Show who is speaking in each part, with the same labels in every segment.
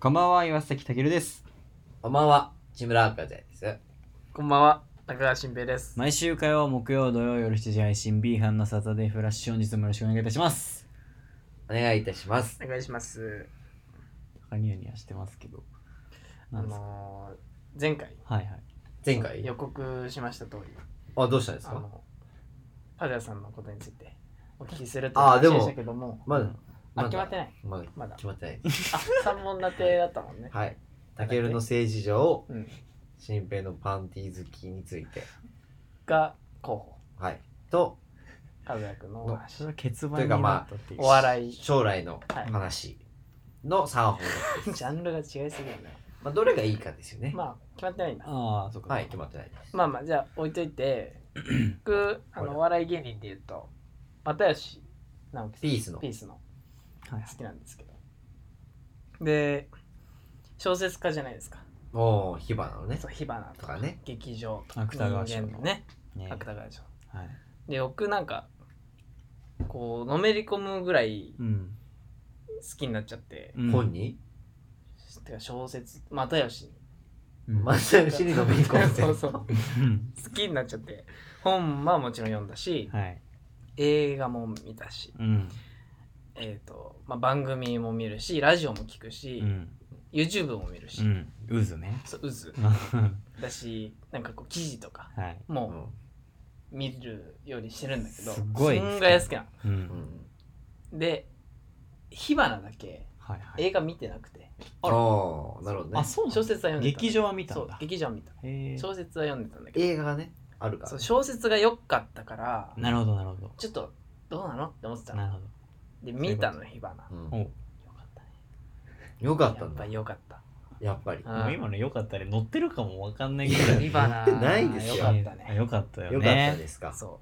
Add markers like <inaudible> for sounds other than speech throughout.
Speaker 1: こんばんは、岩崎たけるです。
Speaker 2: こんばんは、木村赤ちゃんです。
Speaker 3: こんばんは、高橋新平です。
Speaker 1: 毎週火曜、木曜、土曜夜7時配信 B 班のサタデーフラッシュ本日もよろしくお願いいたします。
Speaker 2: お願いいたします。
Speaker 3: お願いします。
Speaker 1: ニヤニヤしてますけど。な
Speaker 3: あ
Speaker 1: んですか
Speaker 3: のー、前回
Speaker 1: はいはい。
Speaker 2: 前回
Speaker 3: 予告しました通り、
Speaker 2: あ、どうしたんですか
Speaker 3: あのパジャさんのことについてお聞きするという
Speaker 2: あ
Speaker 3: 話
Speaker 2: ーで
Speaker 3: で
Speaker 2: も
Speaker 3: したけども、
Speaker 2: まだ、
Speaker 3: あ
Speaker 2: まだ
Speaker 3: 決まってない。
Speaker 2: まだ <laughs>
Speaker 3: まだ
Speaker 2: 決まってない。
Speaker 3: あ、三本立てだったもんね。 <laughs>
Speaker 2: はい。たけるの政治上、
Speaker 3: うん。
Speaker 2: 新平のパンティー好きについて。
Speaker 3: が候補、
Speaker 2: はい。と、
Speaker 3: 和也君のお話
Speaker 1: それは結
Speaker 2: とい
Speaker 1: 番
Speaker 2: う
Speaker 1: に
Speaker 2: か
Speaker 1: な
Speaker 2: まあ
Speaker 1: ったっていう。
Speaker 3: お笑い。
Speaker 2: 将来の
Speaker 3: はい
Speaker 2: 話の3本。
Speaker 3: ジャンルが違いすぎるね。
Speaker 2: まあ、どれがいいかですよね。
Speaker 3: まあ、決まってないんだ。
Speaker 1: ああ、そうか。
Speaker 2: はい、決まってないです。
Speaker 3: まあまあ、じゃあ置いと
Speaker 2: <clears throat>
Speaker 3: いて、僕、あの、お笑い芸人で言うと、又吉直樹さん。
Speaker 2: ピースの
Speaker 3: ピースの。
Speaker 1: はい
Speaker 3: 好きなんですけどで小説家じゃないですか
Speaker 2: もう、火花のね。
Speaker 3: そう火花と
Speaker 2: と
Speaker 3: か
Speaker 2: かね。
Speaker 3: 劇場とか
Speaker 1: 芥川賞
Speaker 3: 人
Speaker 1: の
Speaker 3: 間のね
Speaker 1: ね
Speaker 3: 芥川賞
Speaker 1: はい。
Speaker 3: で僕なんかこうのめり込むぐらい
Speaker 1: うん。
Speaker 3: 好きになっちゃって、
Speaker 1: うん
Speaker 2: 本に、
Speaker 3: てか小説又
Speaker 1: <laughs>
Speaker 3: 吉に
Speaker 1: うん
Speaker 2: まず、死にのめり込んで。
Speaker 3: <laughs> そうそう
Speaker 1: うん
Speaker 3: 好きになっちゃって本はもちろん読んだし、
Speaker 1: はい。
Speaker 3: 映画も見たし、
Speaker 1: うん。
Speaker 3: えーとまあ、番組も見るしラジオも聞くし、
Speaker 1: うん。
Speaker 3: YouTube も見る
Speaker 1: う
Speaker 3: し、
Speaker 1: ん。渦ね。 <laughs>
Speaker 3: そう渦
Speaker 1: は
Speaker 3: だしなんかこう記事とか
Speaker 1: い。
Speaker 3: もう、
Speaker 2: う。
Speaker 3: 見るようにしてるんだけど
Speaker 1: すごい
Speaker 3: そんぐらい好きな
Speaker 1: うん。
Speaker 2: うんん。
Speaker 3: ので火花だけ
Speaker 1: はいはい。
Speaker 3: 映画見てなくて
Speaker 2: ああー、なるほどね
Speaker 1: あ、。そうな
Speaker 3: 小
Speaker 1: の
Speaker 3: 説は読んでた
Speaker 1: 劇場は見た
Speaker 3: そ
Speaker 1: ん
Speaker 3: う
Speaker 1: だ。
Speaker 3: 劇場は見た
Speaker 1: へえ。
Speaker 3: 小説は読んでたんだけど
Speaker 2: 映画がね、あるから
Speaker 3: そう。小説が良かったから
Speaker 1: なるほど、なるほど。
Speaker 3: ちょっとどうなのって思ってた
Speaker 1: なる
Speaker 3: の
Speaker 1: ほど。
Speaker 3: で見たの火花
Speaker 2: う
Speaker 3: よ
Speaker 2: ん
Speaker 1: おも
Speaker 3: かったね
Speaker 2: よかった
Speaker 3: やっ
Speaker 2: ん
Speaker 3: ぱ
Speaker 2: だ。
Speaker 3: 良かった
Speaker 2: やっぱり。
Speaker 3: うん
Speaker 1: う今のよかったら乗ってるかもわかん <laughs> ないけど。
Speaker 3: 火花
Speaker 2: 言ってないですよ
Speaker 3: 良かったね
Speaker 1: よかったよ
Speaker 2: よかった
Speaker 1: ね。
Speaker 2: ですか。
Speaker 3: そ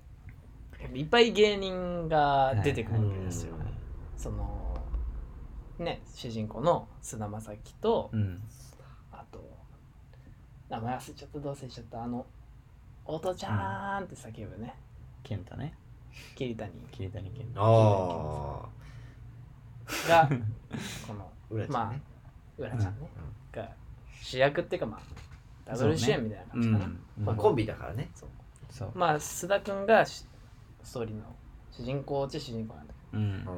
Speaker 3: ういっぱい芸人が出てくるわけですよ、
Speaker 2: はいはい
Speaker 3: そのね主人公の菅田将暉と、
Speaker 1: うん。
Speaker 3: あと、名前忘れちゃった、どうせしちゃった、あの、おとちゃーんって叫ぶね、
Speaker 1: 健太ね。
Speaker 3: 桐谷
Speaker 1: 桐谷健太。
Speaker 2: ああ。
Speaker 3: が、この、
Speaker 2: 浦ちゃん
Speaker 3: まあ
Speaker 2: ね。、
Speaker 3: うらちゃんね、が主役っていうか、まあ、ダブル主演みたいな
Speaker 1: う
Speaker 3: 感じかな。
Speaker 1: ん。
Speaker 2: まあ、コンビだからね。
Speaker 3: そう
Speaker 1: そう。
Speaker 3: まあ、須田くんがしストーリーの主人公っちゃ主人公なんだけ
Speaker 1: うん
Speaker 2: う。ん。
Speaker 3: ど、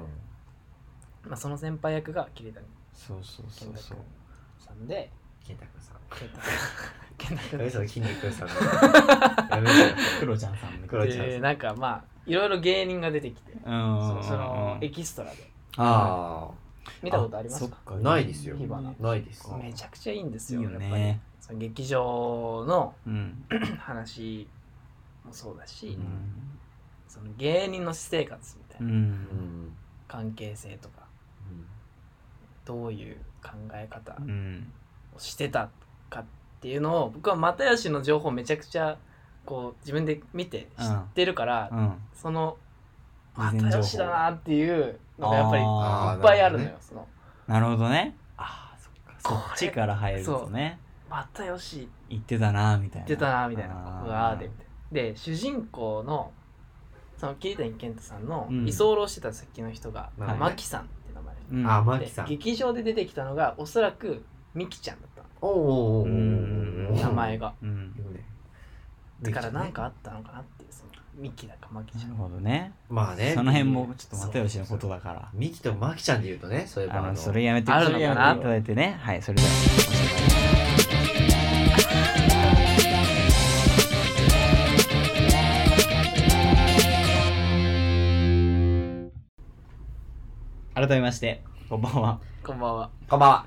Speaker 3: まあ、その先輩役が桐谷
Speaker 1: そうそうそ
Speaker 3: 健
Speaker 1: う
Speaker 3: 太
Speaker 1: そ
Speaker 3: く。
Speaker 1: うん
Speaker 3: さんで、
Speaker 2: 健太君さん。
Speaker 3: 健太健太くん
Speaker 2: 何その筋肉さんの。やめろよ。
Speaker 1: クロちゃんさんみた
Speaker 2: 黒
Speaker 1: い
Speaker 2: ちゃんさん
Speaker 3: でなんかまあ、いろいろ芸人が出てきて、
Speaker 1: な。。
Speaker 3: そううんそのエキストラで
Speaker 2: あ
Speaker 3: 見たことありますか
Speaker 2: あ。ないですよ
Speaker 3: 火花。
Speaker 2: ないです。
Speaker 1: うん
Speaker 3: めちゃくちゃいいんですよ
Speaker 1: いいよね
Speaker 3: やっぱりその劇場の
Speaker 1: うん。
Speaker 3: 話もそうだし、
Speaker 1: うん
Speaker 3: その芸人の私生活みたいうな、
Speaker 1: ん。
Speaker 2: ん。
Speaker 3: 関係性とかどういう考え方
Speaker 1: うん。
Speaker 3: をしてたかっていうのを僕は又吉の情報をめちゃくちゃこう自分で見て知ってるから、
Speaker 1: うん。
Speaker 3: その
Speaker 1: 事前情報
Speaker 3: 又吉だなっていうのがやっぱりいっ
Speaker 1: あ
Speaker 2: ー
Speaker 3: ぱいあるのよ。
Speaker 2: なる
Speaker 3: その
Speaker 1: なるほどね。ああ、そっか。
Speaker 3: これ
Speaker 1: そっちから入るとね。
Speaker 3: 又吉
Speaker 1: 言ってたな、みたいな。
Speaker 3: 言ってたなみたいな
Speaker 1: あー
Speaker 3: うわーでみたいなで主人公のその桐谷健太さんの
Speaker 1: うん
Speaker 3: 居候してた先の人が、
Speaker 2: ま
Speaker 1: あね
Speaker 3: マキさんって名前、
Speaker 1: うん。
Speaker 2: あ、
Speaker 1: ま
Speaker 2: マ
Speaker 3: で
Speaker 2: キさん。
Speaker 3: 劇場で出てきたのがおそらくミキちゃんだった
Speaker 2: おおおおおお
Speaker 1: う
Speaker 2: お。
Speaker 1: ん
Speaker 3: の名前が、
Speaker 1: うん。
Speaker 3: だから何かあったのかなっていうそのミキだかマキち
Speaker 1: な
Speaker 3: ゃ
Speaker 1: る
Speaker 3: ん
Speaker 1: ほどね。
Speaker 2: まあね。
Speaker 1: その辺もちょっと又吉のことだから。
Speaker 2: ミキとマキちゃんで言うとね、そういえば
Speaker 1: あ
Speaker 2: あの
Speaker 1: の、それやめて
Speaker 3: あ
Speaker 1: そ
Speaker 3: る
Speaker 1: れ
Speaker 3: の
Speaker 1: やめ
Speaker 3: かな
Speaker 1: ていただいてね。はい、それでは。改めまして、こんばんは。
Speaker 3: こんばんは
Speaker 2: こんばんは。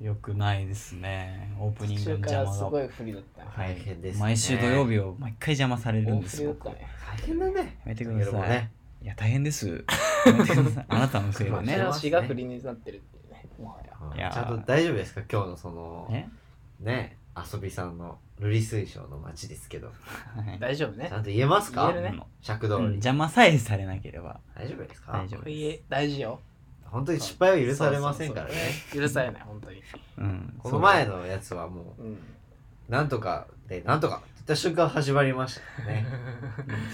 Speaker 1: よくないですね。オープニン
Speaker 3: 途
Speaker 1: グの
Speaker 3: 中か
Speaker 1: 邪
Speaker 3: らす
Speaker 1: 魔
Speaker 3: ご
Speaker 1: が。
Speaker 3: い不利だった
Speaker 1: は
Speaker 2: 大変ですね
Speaker 1: 毎週土曜日を毎回邪魔されるん
Speaker 3: 大
Speaker 1: で
Speaker 3: 不
Speaker 1: す
Speaker 3: 利だ
Speaker 1: よ
Speaker 3: っ。たね
Speaker 2: 大変だね。
Speaker 1: やめて
Speaker 2: だ
Speaker 1: くだ
Speaker 2: けども
Speaker 1: さい。
Speaker 2: ね。
Speaker 1: いや、大変 <laughs> です。やめてくださいあなたのせいで
Speaker 3: ね
Speaker 1: ね。
Speaker 3: 足が不利になってるっていうねもはや
Speaker 2: うん
Speaker 1: いやー
Speaker 2: ちゃんと大丈夫ですか今日のその
Speaker 1: ね
Speaker 2: ね遊びさんの瑠璃水晶の街ですけど
Speaker 1: はい
Speaker 3: 大丈夫ね
Speaker 2: ちゃんと言えますか
Speaker 3: 言えるね
Speaker 2: 尺
Speaker 1: う
Speaker 2: 通
Speaker 1: ん
Speaker 2: り
Speaker 1: 邪魔さえされなければ
Speaker 2: 大丈夫ですか
Speaker 1: 大丈夫
Speaker 3: こ
Speaker 1: です
Speaker 3: れ。大事よ
Speaker 2: 本当に失敗は許されませんからね
Speaker 3: そうそうそう許されない本当に
Speaker 1: うん
Speaker 2: この前のやつはも <laughs>
Speaker 3: うん
Speaker 2: うなんとかでなんとかって言った瞬間始まりましたね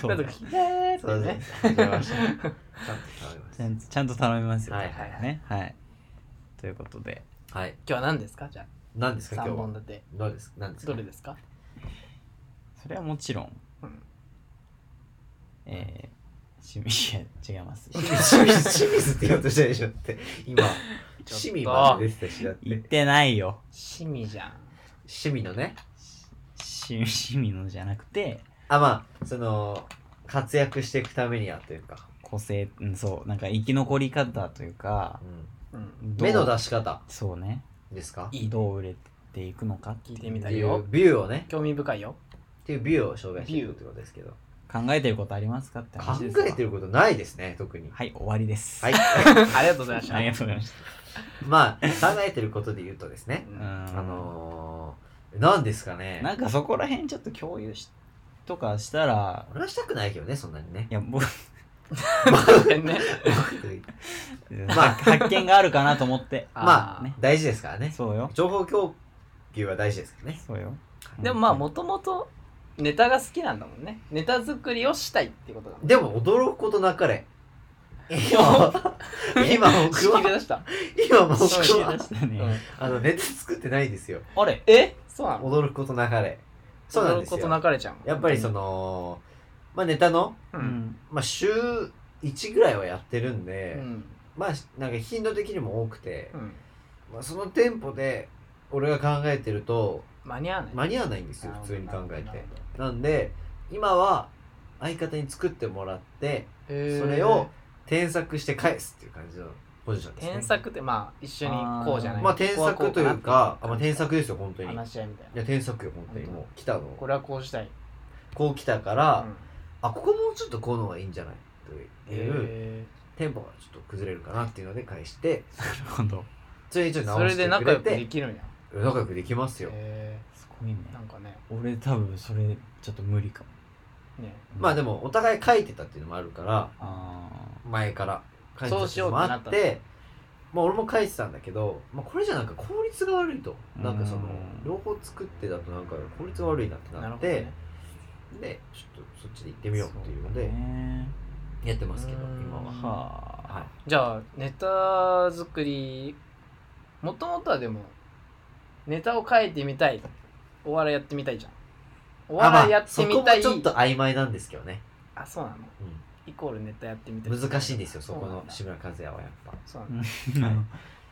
Speaker 1: そう
Speaker 3: なんとか聞いてーって
Speaker 2: そうです
Speaker 3: ね
Speaker 2: ね始まりましたちゃんと変わりま
Speaker 1: ちゃ
Speaker 2: し
Speaker 1: んちゃんと頼みますよ。
Speaker 2: はいはいはい
Speaker 1: ね。はい。ということで、
Speaker 2: はい。
Speaker 3: 今日は何ですかじゃ
Speaker 2: 何です
Speaker 3: あ
Speaker 2: か今日
Speaker 3: 3
Speaker 2: は
Speaker 3: 本。立て
Speaker 2: 何ですか何ですか
Speaker 3: どれですか
Speaker 1: それはもちろん、
Speaker 3: うん
Speaker 1: えー、趣味、いや違います。
Speaker 2: <laughs> 清水清水って言おうとしたでしょって。今、
Speaker 3: と
Speaker 2: 趣味まで出てたしだって。
Speaker 1: 言ってないよ。
Speaker 3: 趣味じゃん
Speaker 2: 趣味のね。
Speaker 1: 趣趣味のじゃなくて、
Speaker 2: あ、まあ、その、活躍していくためにはというか。
Speaker 1: 個性、うんそう、なんか生き残り方というか
Speaker 2: う、ん
Speaker 3: うん
Speaker 1: どう
Speaker 2: 目の出し方
Speaker 1: そうね。
Speaker 2: ですか
Speaker 3: いい
Speaker 1: どう売れていくのかって
Speaker 3: 聞
Speaker 1: い
Speaker 3: いうてみ
Speaker 2: ったて
Speaker 3: い
Speaker 2: いう
Speaker 3: よ
Speaker 2: ビューをね、
Speaker 3: 興味深いよ
Speaker 2: っていうビューを紹介していくってことですけど。
Speaker 1: 考えてることありますかって
Speaker 2: 考
Speaker 1: 話ですわ
Speaker 2: えてることないですね、特に。
Speaker 1: はい、終わりです。 <laughs>
Speaker 2: はい。
Speaker 3: ありがとうございました
Speaker 1: ありがとうございまし
Speaker 2: まあ、考えてることで言うとですね、
Speaker 3: う
Speaker 1: た。うん
Speaker 3: ん
Speaker 2: あのー、何ですかね。
Speaker 1: なんかそこら辺ちょっと共有しとかしたら、
Speaker 2: 俺はしたくないけどね、そんな
Speaker 1: <laughs>
Speaker 2: にね
Speaker 1: い。や、僕、
Speaker 3: ごめんね
Speaker 1: まあ、発見があるかなと思って。
Speaker 2: <laughs> ま <laughs> あ、
Speaker 3: ー
Speaker 1: ね
Speaker 2: 大事ですからね。
Speaker 1: そうよ。
Speaker 2: 情報供給は大事ですからね。
Speaker 1: そうよ。
Speaker 3: でもまあもともとネタが好きなんだもんねネタ作りをしたいってことだもん
Speaker 2: でも、驚くことなかれ。今、
Speaker 1: <laughs>
Speaker 2: 今僕
Speaker 3: 仕切り
Speaker 2: は、
Speaker 3: 出した、
Speaker 2: 今僕
Speaker 1: そう言い出
Speaker 2: は、
Speaker 1: した
Speaker 3: う
Speaker 1: ね。
Speaker 3: ん
Speaker 2: あの、ネタ作ってないんですよ。
Speaker 1: あれ
Speaker 3: えそうなの
Speaker 2: 驚くことなかれ。そうなんです
Speaker 3: 驚く
Speaker 2: よ。
Speaker 3: こと流れちゃう
Speaker 2: やっぱりその、まあネタの、
Speaker 3: う、
Speaker 1: うんん。
Speaker 2: まあ週1ぐらいはやってるん
Speaker 3: う
Speaker 2: で、
Speaker 3: ん
Speaker 2: まあなんか頻度的にも多くて
Speaker 3: う、ん、
Speaker 2: まあ、そのテンポで俺が考えてると
Speaker 3: 間に合わない
Speaker 2: 間に合わないんですよ普通に考えてなんで今は相方に作ってもらって
Speaker 3: そ
Speaker 2: それを添削して返すっていう感じのポジションですね
Speaker 3: 添削ってまあ一緒にこうじゃない
Speaker 2: まあ添削というかあ、まあ、添削ですよ本当にい
Speaker 3: 話し合いみたいな
Speaker 2: や添削よ本当に
Speaker 3: 本当
Speaker 2: もう来たの
Speaker 3: これはこうしたい
Speaker 2: こう来たから、あここもうちょっとこうの方がいいんじゃないという
Speaker 3: え
Speaker 2: テンポがちょっと崩れるかなっていうので返して
Speaker 1: なるほど。
Speaker 2: それでちょっと
Speaker 3: そ
Speaker 2: 直
Speaker 3: れ
Speaker 2: し
Speaker 3: で
Speaker 2: てく
Speaker 3: 仲
Speaker 2: れ
Speaker 3: 良くで
Speaker 2: て
Speaker 3: きるんや
Speaker 2: 仲良くできますよ
Speaker 3: へ
Speaker 1: すごいね。
Speaker 3: ーなんかね
Speaker 1: 俺多分それちょっと無理かも。
Speaker 3: ね
Speaker 2: まあで
Speaker 1: も。
Speaker 2: もお互い書いてたっていうのもあるから
Speaker 1: あ
Speaker 2: 前から書いて
Speaker 3: そ
Speaker 2: た
Speaker 3: う
Speaker 2: っ
Speaker 3: して
Speaker 2: い
Speaker 3: よう
Speaker 2: の
Speaker 3: っ
Speaker 2: も
Speaker 3: てな
Speaker 2: あ
Speaker 3: っ
Speaker 2: ったてまあ俺も書いてたんだけど、まあ、これじゃなんか効率が悪いと
Speaker 1: うん
Speaker 2: なんかその両方作ってだとなんか効率が悪いなって
Speaker 3: な
Speaker 2: な
Speaker 3: る
Speaker 2: っ
Speaker 3: ほ
Speaker 2: て
Speaker 3: どね
Speaker 2: でちょっとそっちで行って
Speaker 1: ー
Speaker 2: みようっていうので
Speaker 1: そね
Speaker 2: やってますけど
Speaker 3: うん
Speaker 2: 今は
Speaker 1: はあ。
Speaker 2: はい
Speaker 3: じゃあネタ作りもともとはでもネタを書いてみたいお笑いやってみたいじゃんお
Speaker 2: あま
Speaker 3: 笑いや
Speaker 2: あ
Speaker 3: って
Speaker 2: そこ
Speaker 3: み
Speaker 2: も
Speaker 3: たい
Speaker 2: ちょっと曖昧なんですけどね、
Speaker 3: あそうなのイコールネタやってみた
Speaker 2: う
Speaker 3: い
Speaker 2: ん、難しいんですよそこ
Speaker 3: うな
Speaker 2: の
Speaker 3: んだ
Speaker 2: 志村和也はやっぱ
Speaker 3: そうなんだ
Speaker 1: うん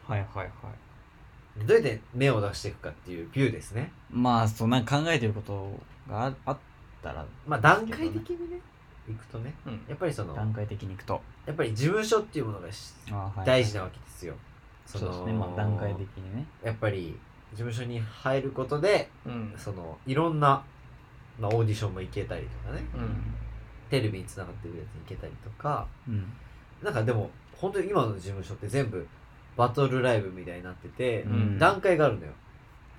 Speaker 1: はい <laughs> はいはい。
Speaker 2: でどうやって目を出していくかっていうビューですね
Speaker 1: まあ、そうなんか考えてることがああったら、
Speaker 2: まあ段階的にねいくとね
Speaker 3: うん
Speaker 2: やっぱりその
Speaker 1: 段階的にいくと。
Speaker 2: やっぱり事務所っていうものがし
Speaker 1: あーはい
Speaker 2: 大事なわけですよ。
Speaker 1: そ
Speaker 2: の
Speaker 1: うですね。まあ、段階的にね。
Speaker 2: やっぱり事務所に入ることで
Speaker 3: うん
Speaker 2: そのいろんな、まあ、オーディションも行けたりとかね
Speaker 3: うん
Speaker 2: テレビにつながってるやつに行けたりとか
Speaker 1: うん。
Speaker 2: なんかでも本当に今の事務所って全部バトルライブみたいになってて、
Speaker 1: うん
Speaker 2: 段階があるのよ。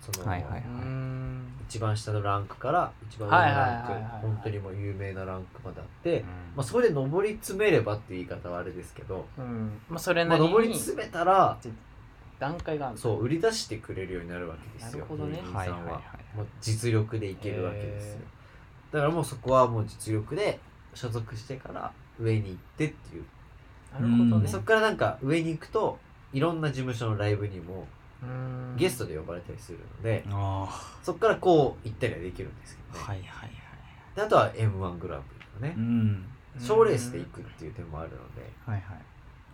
Speaker 2: その
Speaker 1: はいはいう
Speaker 3: ーん
Speaker 2: 一番下のランクから一番上のランク、
Speaker 3: はいはいはいはい
Speaker 2: 本当にもう有名なランクまであって、まあ、
Speaker 1: そ
Speaker 2: それで上り詰めればっていう言い方はあれですけど、
Speaker 3: うんまあそれ
Speaker 2: ま
Speaker 3: な
Speaker 2: あ、
Speaker 3: り
Speaker 2: 上り
Speaker 3: に
Speaker 2: 詰めたら
Speaker 3: 段階がある
Speaker 2: そう売り出してくれるようになるわけですよ
Speaker 3: なるほどね
Speaker 2: 芸人
Speaker 1: はい
Speaker 2: さん
Speaker 1: は
Speaker 2: は,、
Speaker 1: いはい。
Speaker 2: もう実力でいけるわけですよ
Speaker 3: へ
Speaker 2: だからもうそこはもう実力で所属してから上に行ってっていう、
Speaker 3: なるほど
Speaker 1: う
Speaker 2: で
Speaker 3: ね
Speaker 1: ん
Speaker 2: そこからなんか上に行くといろんな事務所のライブにも
Speaker 3: うーん
Speaker 2: ゲストで呼ばれたりするので、
Speaker 1: あ
Speaker 2: そこからこう行ったりはできるんですけ
Speaker 1: あ、
Speaker 2: どね、
Speaker 1: はいはいはい。
Speaker 2: であとは m 1グランプリとかね
Speaker 1: うん。
Speaker 2: 賞、レースで行くっていう点もあるので
Speaker 1: はいはい。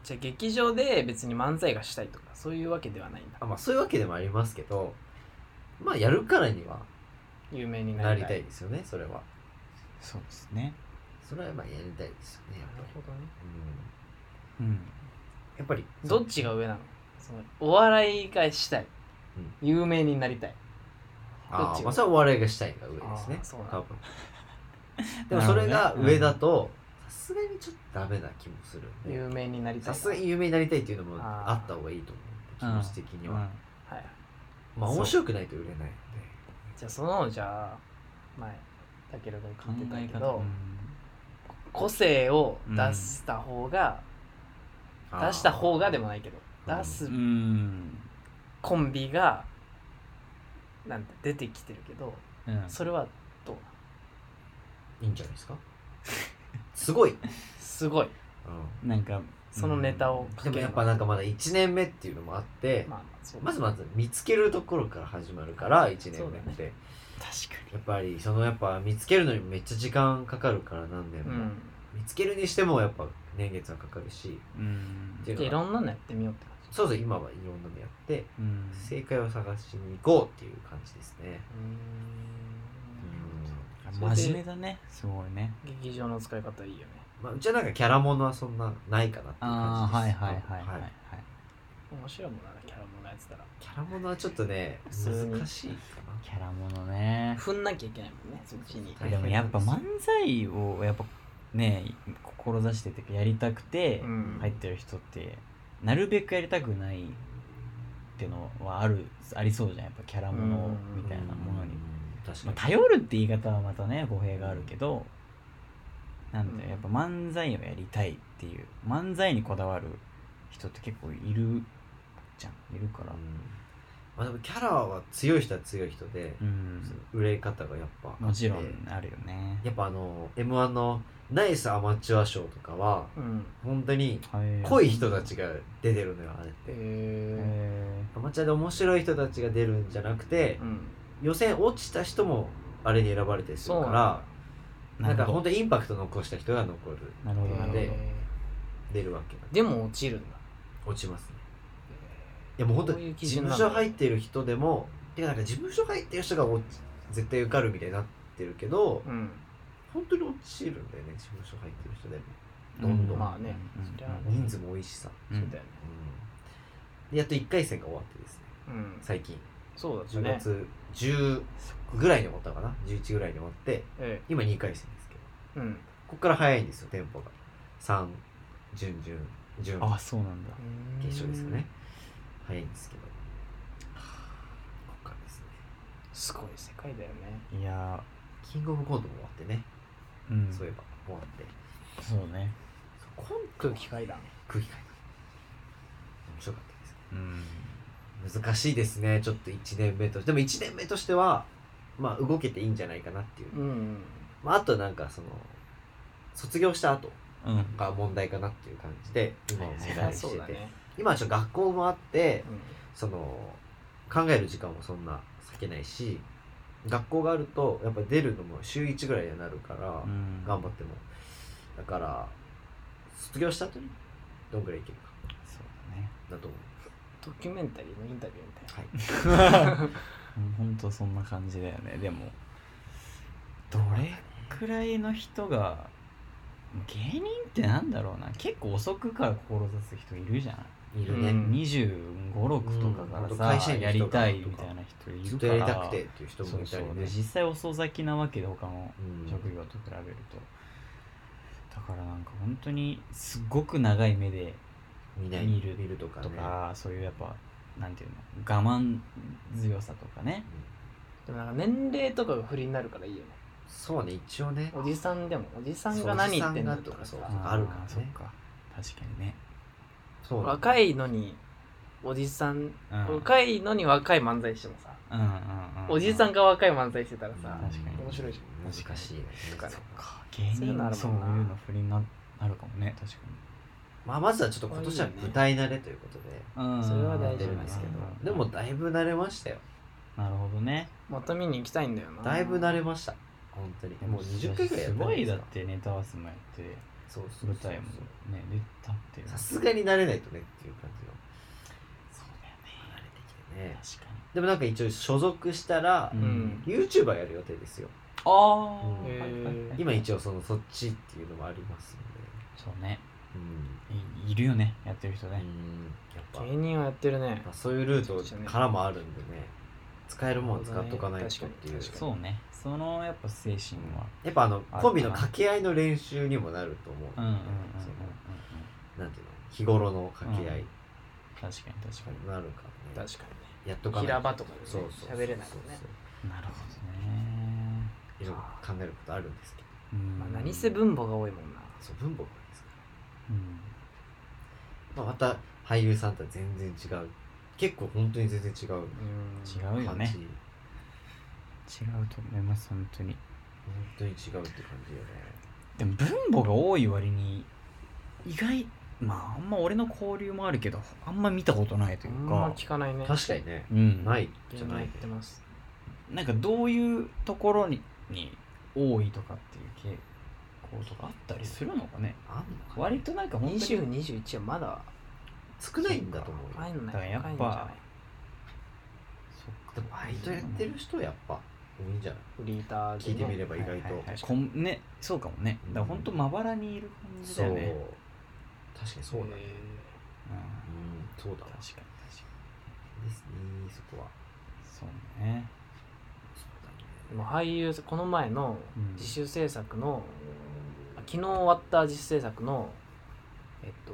Speaker 3: じゃあ劇場で別に漫才がしたいとかそういうわけではないんだ
Speaker 2: あまあそういうわけでもありますけどまあやるからには
Speaker 3: 有名にな
Speaker 2: な
Speaker 3: り
Speaker 2: り
Speaker 3: た
Speaker 2: た
Speaker 3: い
Speaker 2: いですよねそれは
Speaker 1: そうですね。
Speaker 2: それはまあやりたいですよねやっ
Speaker 3: な
Speaker 2: ぱ
Speaker 3: る
Speaker 2: り
Speaker 3: ほどね
Speaker 2: うん
Speaker 1: うん。
Speaker 2: やっぱり
Speaker 3: どっちが上なのそのお笑いがしたい、有名になりたいど
Speaker 2: あ
Speaker 3: っち
Speaker 2: ー
Speaker 3: が
Speaker 2: まあそれはお笑いがしたいが上ですね
Speaker 3: あーそうなんだ
Speaker 2: 多分 <laughs> でもそれが上だ
Speaker 1: と。
Speaker 2: とさすがにちょっとダメな気もするんで
Speaker 3: 有名になりたい
Speaker 2: さすがに有名になりたいっていうのも
Speaker 3: あー
Speaker 2: あった方がいいと思う気持ち的に
Speaker 1: うん
Speaker 2: は
Speaker 3: はい
Speaker 2: まあ
Speaker 1: そう
Speaker 2: 面白くないと売れないので
Speaker 3: じゃあそのじゃあ前たける君
Speaker 1: 考
Speaker 3: 聞いてた
Speaker 1: え
Speaker 3: け
Speaker 1: 方。
Speaker 3: ど
Speaker 1: うん
Speaker 3: 個性を出した方が、出した方がでもないけど
Speaker 2: うん
Speaker 3: 出す
Speaker 1: うん。
Speaker 3: コンビがなんて出てきてるけど
Speaker 1: うん
Speaker 3: それはどうなの
Speaker 2: いいんじゃないですかすごい、うん
Speaker 3: すごい
Speaker 1: なんか、
Speaker 3: そのネタを
Speaker 2: で
Speaker 3: 書
Speaker 2: も
Speaker 3: け
Speaker 2: やっ
Speaker 3: る
Speaker 2: ぱなんかまだ1年目っていうのもあって、
Speaker 3: まあまあそう
Speaker 2: まずまず見つけるところから始まるから1年
Speaker 3: そう
Speaker 2: 目
Speaker 3: だ
Speaker 2: って、
Speaker 3: 確か
Speaker 2: やっぱりそのやっぱ見つけるのにめっちゃ時間かかるから何年
Speaker 3: にう
Speaker 2: も、
Speaker 3: ん
Speaker 2: 見つけるにしてもやっぱ年月はかかるし
Speaker 1: うん
Speaker 2: っていう
Speaker 3: でい
Speaker 2: のが
Speaker 3: ろんなのやってみようって感じ
Speaker 2: そうそう今はいろんなのやって
Speaker 1: うん
Speaker 2: 正解を探しに行こうっていう感じですね
Speaker 3: うん
Speaker 1: 真面目だねすごいね
Speaker 3: 劇場の使い方いいよね
Speaker 2: まあ、うちはなんかキャラものはそんなないかなっていう
Speaker 1: あ
Speaker 2: 感
Speaker 1: あ
Speaker 2: じ
Speaker 1: はい
Speaker 2: です
Speaker 1: はいはいはいはい
Speaker 3: 面白いもんなキャラものやつたら
Speaker 2: キャラものはちょっとね
Speaker 3: 普通に
Speaker 2: 難しいか
Speaker 1: キャラものね
Speaker 3: 踏んなきゃいけないもんねそっちに
Speaker 2: はい
Speaker 1: でもやっぱ漫才をやっぱね志しててかやりたくて
Speaker 3: うん
Speaker 1: 入ってる人ってなるべくやりたくないってのはあるありそうじゃんやっぱキャラものみ
Speaker 2: な
Speaker 1: たいなものに
Speaker 2: うん、確
Speaker 1: ま
Speaker 2: か
Speaker 1: あ
Speaker 2: に、
Speaker 1: 頼るって言い方はまたね語弊があるけどなんだよやっぱ漫才をやりたいっていう漫才にこだわる人って結構いるじゃんいるから
Speaker 2: うんまあ、でもキャラは強い人は強い人で、
Speaker 1: うん
Speaker 2: 売れ方がやっぱあって
Speaker 1: もちろんあるよね
Speaker 2: やっぱあの m 1のナイスアマチュア賞とかは
Speaker 3: うん
Speaker 2: 本当に
Speaker 1: はい
Speaker 2: 濃い人たちが出てるのよあれって
Speaker 3: え
Speaker 1: え
Speaker 2: アマチュアで面白い人たちが出るんじゃなくて
Speaker 3: ーうん
Speaker 2: 予選落ちた人もあれに選ばれてるか
Speaker 3: そうなんだ
Speaker 2: ら
Speaker 1: ー
Speaker 2: なんか
Speaker 1: るほ
Speaker 2: 本
Speaker 1: ど
Speaker 2: 当にインパクト残した人が残る
Speaker 1: なるほどなるほど
Speaker 2: で
Speaker 3: え
Speaker 2: 出るわけなん
Speaker 3: ーでも落ちるんだ
Speaker 2: 落ちますねいやもう本当
Speaker 3: どういう
Speaker 2: に
Speaker 3: 基
Speaker 2: 事
Speaker 3: 準な
Speaker 2: 務
Speaker 3: の
Speaker 2: 所入ってる人でもてかなんか事務所入ってる人が落ち絶対受かるみたいになってるけど
Speaker 3: うん
Speaker 2: 本当に落ちるんだよね事務所入ってる人でも
Speaker 1: う
Speaker 2: どんどん
Speaker 3: まあね
Speaker 1: うん
Speaker 3: そりゃあ
Speaker 2: 人数も多いしさ、
Speaker 1: うん
Speaker 3: そうだよね
Speaker 2: うんでやっと1回戦が終わってですね
Speaker 3: うん
Speaker 2: 最近
Speaker 3: そうだった
Speaker 2: 10
Speaker 3: ね
Speaker 2: 月10ぐらいに終わったかな11ぐらいに終わって
Speaker 3: え
Speaker 2: 今2回戦ですけど
Speaker 3: えうん
Speaker 2: ここから早いんですよテンポが3準々準
Speaker 1: あそうなんだ
Speaker 2: 決勝ですよね早いんですけどはあここからですね
Speaker 3: すごい世界だよね
Speaker 1: いや
Speaker 2: キングオブコントも終わってね、
Speaker 1: ーうん
Speaker 2: そういえば終わって
Speaker 1: そうね
Speaker 2: そうコント
Speaker 3: 空気階段
Speaker 2: 空気階段面白かったです
Speaker 1: うん
Speaker 2: 難しいですねちょっと1年目としてでも1年目としてはまあ動けていいんじゃないかなっていう、
Speaker 3: うん
Speaker 2: まあ、あとなんかその卒業した後
Speaker 1: うん
Speaker 2: が問題かなっていう感じで今を
Speaker 1: はい
Speaker 2: 問
Speaker 1: そ
Speaker 3: そ
Speaker 1: り
Speaker 3: り
Speaker 1: ゃ
Speaker 2: 題
Speaker 3: ゃ
Speaker 2: にして
Speaker 3: そ
Speaker 2: て、
Speaker 3: うだね
Speaker 2: 今はちょっと学校もあって
Speaker 3: うん
Speaker 2: その考える時間もそんな避けないし学校があるとやっぱ出るのも週1ぐらいになるから、
Speaker 1: うん
Speaker 2: 頑張ってもだから卒業した後にどんぐらいいけるか
Speaker 1: そうだね
Speaker 2: だと思う
Speaker 3: ドキュメンタリーのインタビューみたいな
Speaker 2: はい
Speaker 1: うんほんとそんな感じだよねでもどれくらいの人が芸人ってなんだろうな結構遅くから志す人いるじゃん <laughs>
Speaker 2: いるね、
Speaker 3: うん
Speaker 1: 2 5 6とかから
Speaker 2: うん
Speaker 1: さ、
Speaker 2: 会社員の
Speaker 1: やり
Speaker 2: 人が
Speaker 1: たいみたいな人い
Speaker 2: ず
Speaker 1: る
Speaker 2: っ
Speaker 1: か
Speaker 2: と
Speaker 1: ら
Speaker 2: やりたくてっていう人
Speaker 1: そ
Speaker 2: も
Speaker 1: う
Speaker 2: いた
Speaker 1: そ
Speaker 2: りね
Speaker 1: うで実際遅咲きなわけで他の
Speaker 2: うん
Speaker 1: 職業と比べると、だからなんか本当にすごく長い目で
Speaker 2: 見ない
Speaker 1: 見る
Speaker 2: 見るとかね
Speaker 1: とか、そういうやっぱなんていうの我慢強さとかね
Speaker 2: うん
Speaker 3: でもなんか年齢とかが不利になるからいいよね
Speaker 2: そうね一応ね
Speaker 3: おじさんでもおじさんが何言ってんだとか
Speaker 2: そ
Speaker 3: さ
Speaker 2: うおじさんがとか
Speaker 1: ー
Speaker 2: あるからね
Speaker 1: そっか確かにね
Speaker 2: そうなんだ
Speaker 3: 若いのにおじさん
Speaker 1: うん
Speaker 3: 若いのに若い漫才してもさ
Speaker 1: うんうんうん
Speaker 3: おじさんが若い漫才してたら
Speaker 2: うん
Speaker 3: さ
Speaker 1: 確かに
Speaker 3: 面白いじ
Speaker 2: 難しいよね
Speaker 3: とかね
Speaker 2: そっか
Speaker 1: か芸人
Speaker 3: そういうのある
Speaker 1: そう
Speaker 3: も
Speaker 1: い
Speaker 3: ん
Speaker 1: う
Speaker 3: な
Speaker 1: の不倫ななるかもね確か
Speaker 2: まあまずはちょっと今年は舞台慣れということで
Speaker 1: に、うん、
Speaker 3: それは大
Speaker 2: 出
Speaker 3: 事
Speaker 2: るん
Speaker 3: な
Speaker 2: ですけ
Speaker 1: うんうんうん
Speaker 2: どでもだいぶ慣れましたよ
Speaker 1: なるほどね
Speaker 3: また見に行きたいんだよな
Speaker 2: だいぶ慣れました本当にもう20回ぐらいや
Speaker 1: す
Speaker 2: ったん
Speaker 1: ごい
Speaker 2: です
Speaker 1: だ
Speaker 2: か
Speaker 1: ってネタ合わせもやって
Speaker 2: そうそう
Speaker 1: 舞
Speaker 2: そう
Speaker 1: 台もね出たっていう
Speaker 2: さすがに慣れないとねっていう感じの
Speaker 1: そうだよ
Speaker 2: 慣れてきてね
Speaker 1: ね確かに
Speaker 2: でもなんか一応所属したら
Speaker 1: う
Speaker 3: うんん
Speaker 2: YouTuber やる予定ですよ
Speaker 1: ああ、
Speaker 2: うん
Speaker 1: はいはいはい
Speaker 2: 今一応そのそっちっていうのもあります
Speaker 1: そうね
Speaker 2: のでうん
Speaker 1: いいるよねやってる人ね、
Speaker 2: やっぱ
Speaker 3: 芸人はやってるね
Speaker 2: まあ、そういうルートからもあるんでね使えるもん使っとかないとっていう
Speaker 3: 確かに
Speaker 1: そうねそのやっぱ精神は
Speaker 2: やっぱあの
Speaker 1: ある
Speaker 2: コンビの掛け合いの練習にもなると思う、
Speaker 1: うんうんうんうんうん
Speaker 2: そのなんていうの日頃の掛け合いに
Speaker 1: 確かに確か
Speaker 2: なるからね、
Speaker 3: 確か
Speaker 2: やっとか
Speaker 3: に
Speaker 2: ない
Speaker 3: 平
Speaker 2: と
Speaker 3: 場とかで
Speaker 2: そう
Speaker 3: ね
Speaker 2: そうそう
Speaker 3: 喋れないもんね
Speaker 1: になるほどね
Speaker 2: いろいろ考えることあるんですけど
Speaker 1: うん
Speaker 3: まあ何せ分母が多いもんな
Speaker 2: そう文房具ですか
Speaker 1: うん
Speaker 2: ら、まあ、また俳優さんとは全然違う結構本当に全然違う
Speaker 1: 違
Speaker 3: う
Speaker 1: うよ
Speaker 2: 感
Speaker 1: ね
Speaker 2: じ、
Speaker 1: 違うと思います本当に
Speaker 2: 本当に違うって感じよね
Speaker 1: でも分母が多い割に意外まああんま俺の交流もあるけどあんま見たことないと
Speaker 3: あ
Speaker 1: い
Speaker 3: ん
Speaker 1: う
Speaker 3: ま
Speaker 1: か
Speaker 3: 聞かないね。
Speaker 2: 確かにね、
Speaker 1: うん
Speaker 2: ないじゃ
Speaker 3: 芸人
Speaker 2: な
Speaker 3: やっ
Speaker 2: い
Speaker 3: てます。
Speaker 1: なんかどういうところにに多いとかっていう傾向とかあったりするのかね
Speaker 2: あんのか
Speaker 1: 割となんか本当
Speaker 3: 20、
Speaker 1: に
Speaker 3: 21はまだ
Speaker 2: 少ないんだと思うよ
Speaker 3: 若いのね。
Speaker 1: だからやっぱ
Speaker 3: 若いんじゃない
Speaker 1: そ
Speaker 2: で
Speaker 1: っか
Speaker 2: もバイトやってる人やっぱ多いんじゃない
Speaker 3: フリーターで、
Speaker 2: 聞い
Speaker 3: ね。
Speaker 2: てみれば意外と、
Speaker 1: はいはいはいこんねそうかもねだから本当まばらにいる感じ
Speaker 2: そ
Speaker 1: だ
Speaker 2: う
Speaker 1: よね
Speaker 2: 確かにそうだね、
Speaker 1: うん
Speaker 2: うんそう
Speaker 1: 確
Speaker 2: だわ
Speaker 1: かに確か
Speaker 2: ですねそこは
Speaker 1: にそうね
Speaker 2: そうだね
Speaker 3: でも俳優この前の
Speaker 1: うん
Speaker 3: 自主制作の、昨日終わった自主制作の、えっと、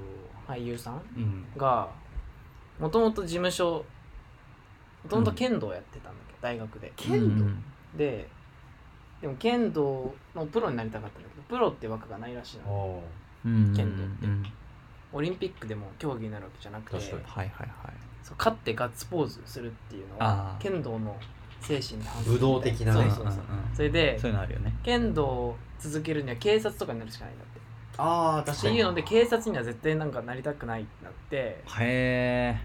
Speaker 3: 俳優さん
Speaker 1: うん
Speaker 3: がもともと事務所もともと剣道やってたんだけど、大学で
Speaker 2: 剣道
Speaker 1: うん
Speaker 3: ででも剣道のプロになりたかったんだけどプロって枠がないらしいの
Speaker 2: あ
Speaker 1: うん
Speaker 3: 剣道って
Speaker 1: うん
Speaker 3: オリンピックでも競技になるわけじゃなくて
Speaker 2: 確かに
Speaker 1: はいはいはい
Speaker 3: そう勝ってガッツポーズするっていうの
Speaker 1: あ
Speaker 3: は
Speaker 1: ー
Speaker 3: 剣道の精神に反す
Speaker 2: 武
Speaker 3: る
Speaker 2: 道
Speaker 3: みたい
Speaker 2: 的なね
Speaker 3: そう
Speaker 1: う
Speaker 3: そうそう
Speaker 1: んうんうん
Speaker 3: それで
Speaker 1: そういうのあるよね
Speaker 3: 剣道を続けるには警察とかになるしかないんだって
Speaker 2: あー
Speaker 3: っ
Speaker 2: 確か
Speaker 3: て
Speaker 2: に
Speaker 3: いうので警察には絶対なんかなりたくないってなって
Speaker 1: へえ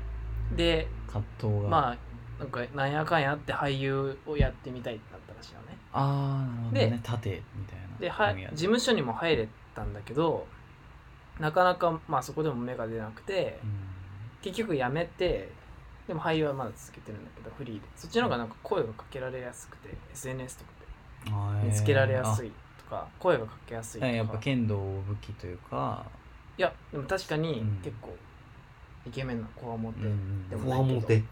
Speaker 3: で
Speaker 1: 葛藤があ
Speaker 3: まあなんかなんやかんやあって俳優をやってみたいってなったらしいのね
Speaker 1: あーなるほど
Speaker 3: で
Speaker 1: ね盾みたいな
Speaker 3: では
Speaker 1: 意味
Speaker 3: 事
Speaker 1: が
Speaker 3: 務所にも入れたんだけどなかなかまあそこでも芽が出なくて
Speaker 1: うん
Speaker 3: 結局辞めてでも俳優はまだ続けてるんだけどフリーでそっちの方がなんか声がかけられやすくて SNS とか
Speaker 1: あー
Speaker 3: で見つけられやす
Speaker 1: い
Speaker 3: いとか声がかけやすいとか
Speaker 1: やっぱ剣道を武器というか
Speaker 3: いやでも確かに
Speaker 1: うん
Speaker 3: 結構イケメンな子は持って、
Speaker 1: うん
Speaker 3: で
Speaker 2: こ
Speaker 3: も
Speaker 2: こはモテ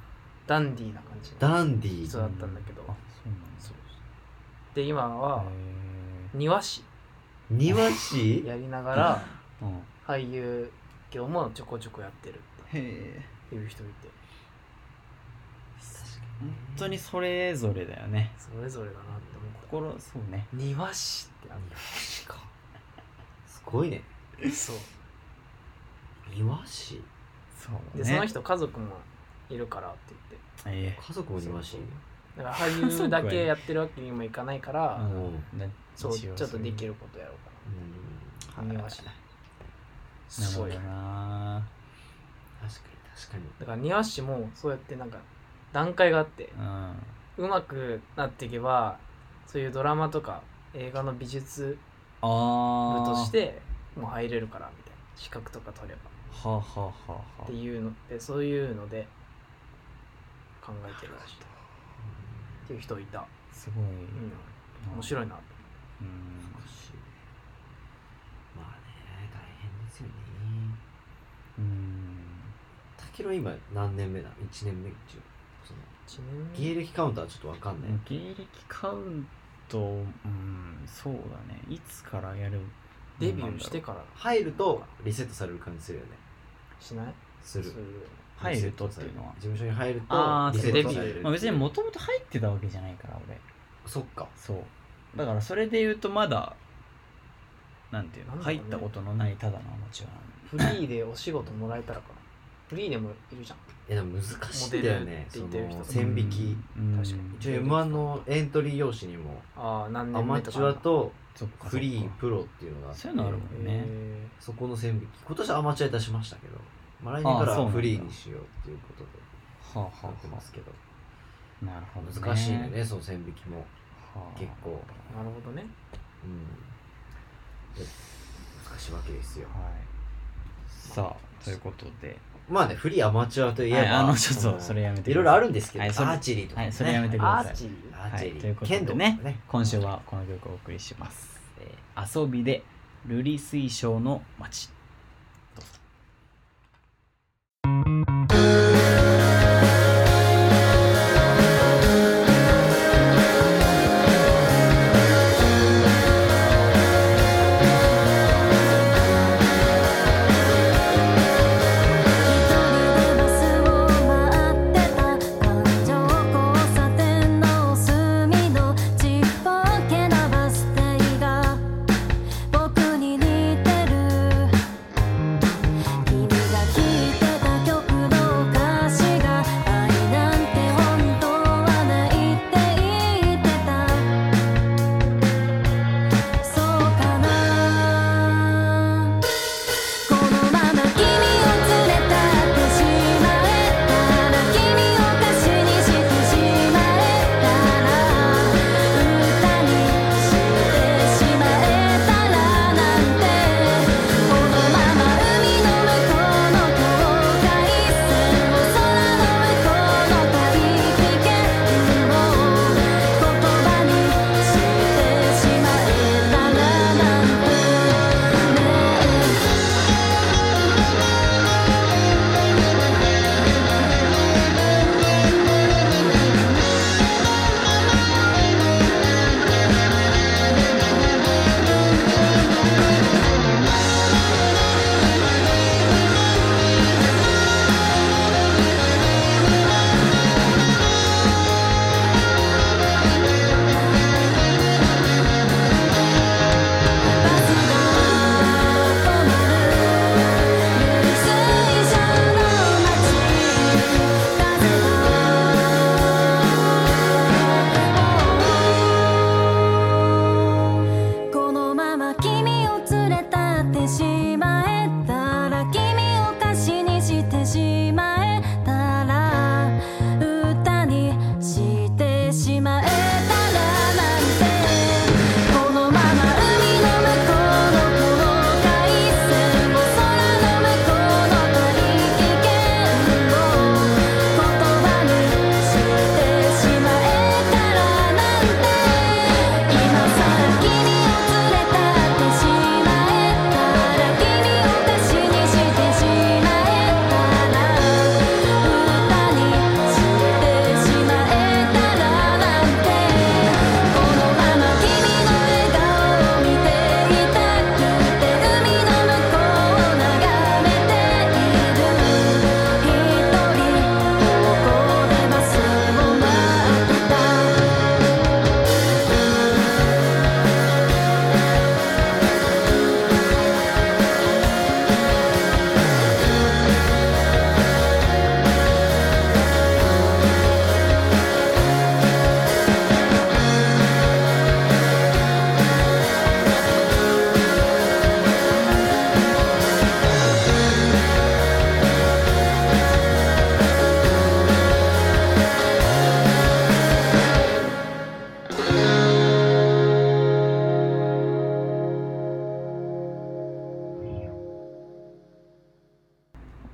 Speaker 3: ダンディーな感じ
Speaker 2: ダンディ
Speaker 3: そうだったんだけど
Speaker 1: あそうなん
Speaker 3: そうで今は
Speaker 1: だ
Speaker 3: 庭師
Speaker 2: 庭師
Speaker 3: やりながら
Speaker 1: へーうん
Speaker 3: 俳優業もちょこちょこやってるっ
Speaker 1: へえ
Speaker 3: ていう人いて
Speaker 1: 本当にそれぞれだよね
Speaker 3: それぞれだなって思った
Speaker 1: 心そうね
Speaker 3: 庭師ってあ
Speaker 2: 庭師かすごいね
Speaker 3: るそう
Speaker 2: 庭師
Speaker 1: そう
Speaker 3: で、
Speaker 1: ね
Speaker 3: その人家族もいるからって言って
Speaker 1: ええ
Speaker 2: 家族も庭師
Speaker 1: <laughs>
Speaker 3: だから俳優だけやってるわけにもいかないから、
Speaker 1: うんね
Speaker 3: そうち
Speaker 1: 一
Speaker 3: ょ
Speaker 1: 応
Speaker 3: っとでき
Speaker 1: る
Speaker 3: ることやろうか
Speaker 2: うん
Speaker 3: な庭師
Speaker 1: なる
Speaker 3: す
Speaker 1: ほ
Speaker 3: ごい
Speaker 1: ど
Speaker 3: だか
Speaker 1: な
Speaker 2: 確かに確かに
Speaker 3: ら庭師もそうやってなんか段階があって
Speaker 1: うん
Speaker 3: うまくなっていけばそういうドラマとか映画の美術
Speaker 1: あ
Speaker 3: 部
Speaker 1: あ
Speaker 3: としてもう入れるからみたいな資格とか取れば
Speaker 1: はあ、はあはあはあ、
Speaker 3: っていうのでそういうので考えてるらしいっていう人いた、
Speaker 1: すごい、
Speaker 3: うん、面
Speaker 1: い、
Speaker 3: 白いな
Speaker 1: うん
Speaker 2: 難しいねまあね大変ですよね
Speaker 1: うん、
Speaker 2: タケロ今何年目だ1年目一応その
Speaker 3: 1年目
Speaker 2: 芸歴カウンターちょっとわかんない、
Speaker 1: 芸歴カウントうんそうだねいつからやる
Speaker 3: デビューしてから
Speaker 2: 入るとリセットされる感じするよね
Speaker 3: しない
Speaker 2: する
Speaker 3: そういう
Speaker 1: 入るとっていうのは
Speaker 2: 事務所に入る
Speaker 1: ああ
Speaker 2: とリ
Speaker 1: そ
Speaker 2: セ
Speaker 1: う
Speaker 2: ットされるってい
Speaker 3: デ
Speaker 2: う
Speaker 1: まあ、別にもともと入ってたわけじゃないから俺
Speaker 2: そっか
Speaker 1: そうだからそれで言うとまだなんていうの
Speaker 3: なんだろう
Speaker 1: 入
Speaker 3: ね
Speaker 1: ったことのないただのアマチュアなんで
Speaker 3: フリーでお仕事もらえたらかなフリーでもいるじゃん
Speaker 2: えでも難しいんだよねそ
Speaker 3: モデルって言ってる人
Speaker 2: の線引き、
Speaker 1: うん
Speaker 3: 確かに
Speaker 1: うん
Speaker 2: 一応 m 1のエントリー用紙にも
Speaker 3: ああ何
Speaker 2: ア
Speaker 3: 年
Speaker 2: マ
Speaker 3: 目
Speaker 2: チ
Speaker 3: とか
Speaker 2: ュアと
Speaker 1: そっかそっか
Speaker 2: フリープロっていうのがあって
Speaker 1: そういうのあるもん
Speaker 3: あるんだ
Speaker 1: ね
Speaker 3: へ
Speaker 2: そこの線引き今年はアマチュア出しましたけど、まあ、来年か
Speaker 1: あーそう
Speaker 2: ら
Speaker 1: なんだ
Speaker 2: フリーにしようっていうことで
Speaker 1: はあはあ
Speaker 2: や
Speaker 1: は
Speaker 2: ってますけど
Speaker 1: あなるほど、ね、
Speaker 2: 難しいよねその線引きも
Speaker 1: はあ
Speaker 2: 結構
Speaker 3: ーなるほどね
Speaker 2: うんで難しいわけですよ
Speaker 1: はいさあということで
Speaker 2: まあねフリーアマチュアといえば、
Speaker 1: はい、あのちょっ
Speaker 2: その
Speaker 1: とそれやめて
Speaker 2: いろいろある
Speaker 1: ん
Speaker 2: んですけど、
Speaker 1: はい
Speaker 2: ア
Speaker 1: それ
Speaker 2: ーチェリーとか、ね
Speaker 1: はいそれやめてくだ
Speaker 3: ア
Speaker 1: さい
Speaker 3: ーチェリー
Speaker 2: アーチェリ
Speaker 1: はいとい
Speaker 2: ー、
Speaker 1: うことで
Speaker 2: 剣道とかね
Speaker 1: 今週はこの曲をお送りします、えー遊びで瑠璃水晶の街
Speaker 4: 一人でバスを待ってた環状交差点の隅のちっぽけなバス停が僕に似てる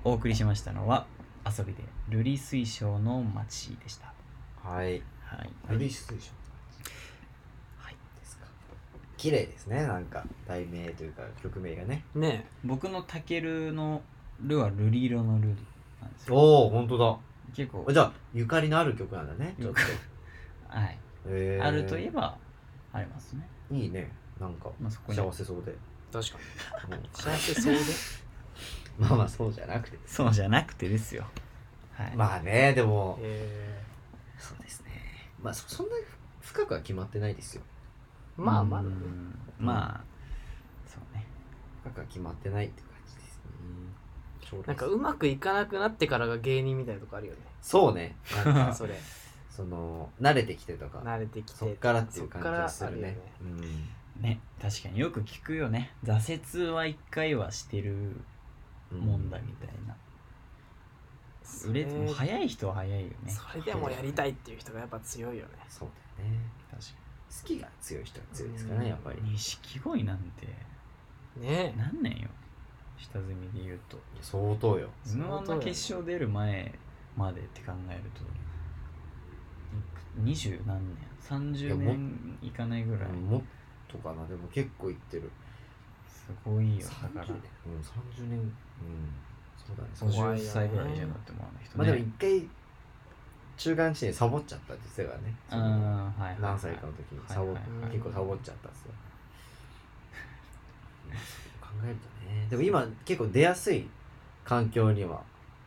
Speaker 1: 送りしましたのは遊びで瑠璃水晶の街でした
Speaker 2: はい。
Speaker 1: はい
Speaker 2: ルリス水晶。
Speaker 1: はい。
Speaker 2: ですか。綺麗ですね、なんか、題名というか、曲名がね。
Speaker 3: ね
Speaker 1: 僕のタケルのルは瑠璃色のルなんですよ
Speaker 2: おお、本当だ。
Speaker 1: 結構
Speaker 2: じゃあ、ゆかりのある曲なんだね。ちょっと。
Speaker 1: はい
Speaker 2: へー
Speaker 1: あるといえばありますね、
Speaker 2: いいね。なんか、
Speaker 1: まあ、そこに
Speaker 2: 幸せそうで。
Speaker 3: え確かに
Speaker 2: うん
Speaker 3: 幸せそうで
Speaker 2: まあまあ、そうじゃなくて。
Speaker 1: そうじゃなくてですよはい、
Speaker 2: まあね、でも、
Speaker 3: え
Speaker 2: そうですね。まあ、そそんな深くは決まってないですよ。
Speaker 3: ー、まあまあ、
Speaker 1: うんまあそうね
Speaker 2: 深くは決まってないって感じですね。将来
Speaker 3: なんかうまくいかなくなってからが芸人みたいなとこあるよね
Speaker 2: そうね。なんか
Speaker 3: <laughs> それ
Speaker 2: その、慣れてきてとか、
Speaker 3: 慣れてきて
Speaker 2: そっからっていう感じがす
Speaker 3: そっからあ
Speaker 2: る
Speaker 3: よ
Speaker 2: ね。うん
Speaker 1: ね確かによく聞くよね挫折は一回はしてるもんだみたいな、
Speaker 3: そ
Speaker 1: 売れ
Speaker 3: れ
Speaker 1: てもう早い人は早いよね
Speaker 3: それでもやりたいっていう人がやっぱ強いよね
Speaker 2: そうだよね。
Speaker 1: 確か
Speaker 2: 好きが強い人は強いですから
Speaker 3: うん
Speaker 2: ね、やっぱり。い
Speaker 1: に錦鯉なんて
Speaker 3: ねえ
Speaker 1: 何年よ下積みで言うと
Speaker 2: や相当よ。
Speaker 1: m
Speaker 3: 相
Speaker 1: 1
Speaker 3: 当
Speaker 1: の
Speaker 3: よね
Speaker 1: 決勝出る前までって考えると二十何年30年いかないぐらい
Speaker 2: もっとかな、でも結構いってる。
Speaker 1: すごいよだ
Speaker 2: 30
Speaker 1: から
Speaker 2: 年。うん、30年。うん。そうだね。そう
Speaker 3: 怖いよね
Speaker 1: 50歳ぐらいじゃなくてもあの人
Speaker 2: まあでも
Speaker 1: ね
Speaker 2: 一回、中間地点サボっちゃったって言ってたからね。その
Speaker 1: あーはいはいはい
Speaker 2: 何歳かの時にサボっ
Speaker 1: はい
Speaker 3: はいはい
Speaker 2: 結構サボっちゃったっすよ。考えるとね。でも今結構出やすい環境には、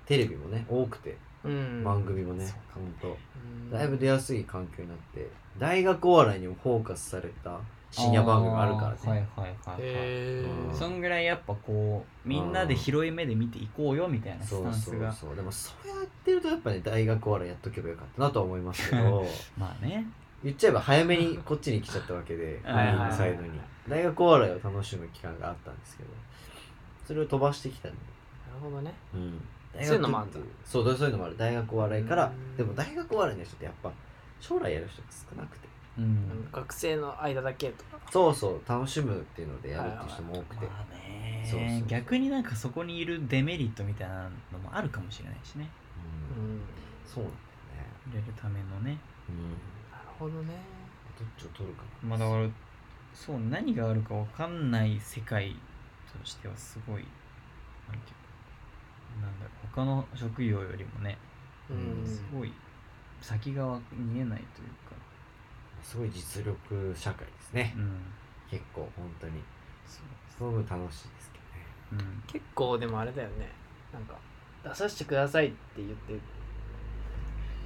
Speaker 2: テレビもね、多くて、
Speaker 3: うん
Speaker 2: 番組もね
Speaker 1: そう、
Speaker 2: ほんと。
Speaker 3: うん
Speaker 2: だいぶ出やすい環境になって大学お笑いにもフォーカスされた深夜番組もあるからね、
Speaker 1: あーはいはいはいはい、
Speaker 3: へ
Speaker 2: うん
Speaker 1: そんぐらいやっぱこうみんなで広い目で見ていこうよみたいな
Speaker 2: そ
Speaker 1: スタ
Speaker 2: う
Speaker 1: ン
Speaker 2: そ
Speaker 1: ス
Speaker 2: う
Speaker 1: が
Speaker 2: そうでもそうやってるとやっぱね大学お笑いやっとけばよかったなとは思いますけど
Speaker 1: まあね
Speaker 2: 言っちゃえば早めにこっちに来ちゃったわけで
Speaker 1: はいはいはい
Speaker 2: 海のサイドに大学お笑いを楽しむ期間があったんですけどそれを飛ばしてきたんで、
Speaker 3: なるほどね
Speaker 2: うん、
Speaker 3: そういうのもあるんだ
Speaker 2: そうそういうのもある大学お笑いから
Speaker 3: うん
Speaker 2: でも大学お笑いの人ってやっぱ将来やる人が少なくて
Speaker 1: うん
Speaker 3: 学生の間だけとか
Speaker 2: そうそう楽しむっていうのでやるっていう人も多くて、
Speaker 1: まあね
Speaker 2: そうそうそう
Speaker 1: 逆になんかそこにいるデメリットみたいなのもあるかもしれないしね
Speaker 2: うん
Speaker 3: うん
Speaker 2: そうなんだ
Speaker 1: 売れ
Speaker 2: よね。
Speaker 1: るためのね
Speaker 2: うん。
Speaker 3: なるほどね
Speaker 2: どっちを取るかな。
Speaker 1: まあだからそう何があるかわかんない世界としてはすごいなんていうかなんだろう他の職業よりもね
Speaker 3: う
Speaker 2: うん
Speaker 3: ん
Speaker 1: すごい先がわ見えないというか
Speaker 2: すごい実力社会ですね
Speaker 1: う。ん
Speaker 2: 結構本当に。
Speaker 1: そう
Speaker 2: すごく楽しいですけどね。
Speaker 1: うん
Speaker 3: 結構でもあれだよねなんか出させてくださいって言ってい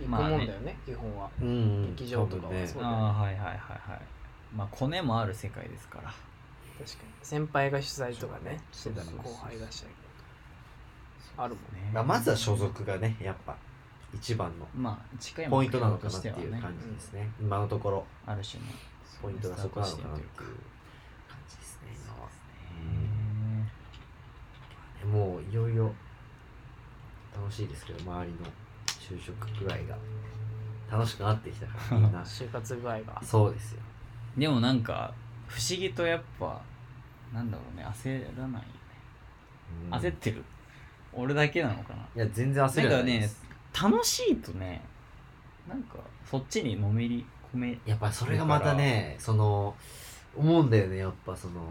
Speaker 3: くもんだよね,、基本は
Speaker 2: うん
Speaker 3: 劇場とかはそうだよね
Speaker 1: ああはいはいはいはいまあコネもある世界ですから
Speaker 3: 確かに先輩が主催とかねし
Speaker 2: そ
Speaker 3: て
Speaker 2: う
Speaker 3: た
Speaker 2: だ
Speaker 3: ら
Speaker 2: ね
Speaker 3: 後輩がしたりとかあるもんね
Speaker 1: ね
Speaker 2: まあまずは所属がね、やっぱ一番の
Speaker 1: まあ近い
Speaker 2: ポ
Speaker 1: 目
Speaker 2: イント
Speaker 1: 標
Speaker 2: なのか
Speaker 1: と
Speaker 2: なっ
Speaker 1: しててはね
Speaker 2: いう感じですね。今のところ、
Speaker 1: ある種の
Speaker 2: ポイントがそこなのかなっていう
Speaker 1: スタート地点というか
Speaker 2: 感じですね、今
Speaker 1: ね
Speaker 2: は。ねもういよいよ楽しいですけど、周りの就職具合が楽しくなってきたから、みんな。
Speaker 3: 就活具合が
Speaker 2: そうですよ。
Speaker 1: でもなんか不思議とやっぱなんだろうね焦らないよね
Speaker 2: うん
Speaker 1: 焦ってる、俺だけなのかない
Speaker 2: や、全然焦れ
Speaker 1: な
Speaker 2: なんい
Speaker 1: かね
Speaker 2: です。
Speaker 1: 楽しいとねなんかそっちにのめり込め
Speaker 2: やっぱそれがまたねその思うんだよねやっぱその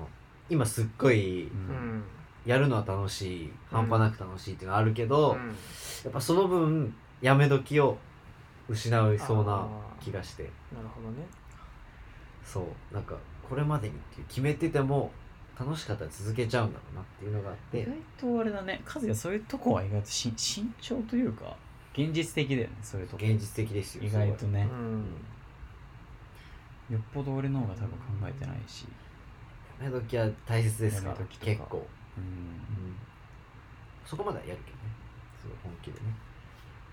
Speaker 2: 今すっごい
Speaker 1: うん
Speaker 3: うん、
Speaker 2: やるのは楽しい、半端なく楽しいっていうのはあるけど、
Speaker 3: うん
Speaker 2: やっぱその分やめ時を失いそうな
Speaker 3: あー
Speaker 2: 気がして
Speaker 3: なるほどね
Speaker 2: そうなんかこれまでにっていう決めてても楽しかったら続けちゃうんだろうなっていうのがあっ
Speaker 1: 意
Speaker 2: て
Speaker 1: 外とあれだね和也そういうとこは意外とし慎重というか現実的だよねそういうとこ
Speaker 2: 現実的ですよ
Speaker 1: 意外
Speaker 2: す
Speaker 1: と
Speaker 2: ごい
Speaker 1: ね
Speaker 3: う、
Speaker 2: うんん
Speaker 1: よっぽど俺の方が多分考えてないし
Speaker 2: やめ時は大切ですから
Speaker 1: やめ時とか
Speaker 2: 結構、
Speaker 1: う
Speaker 2: うんんそこまではやるけどねすごい本気でね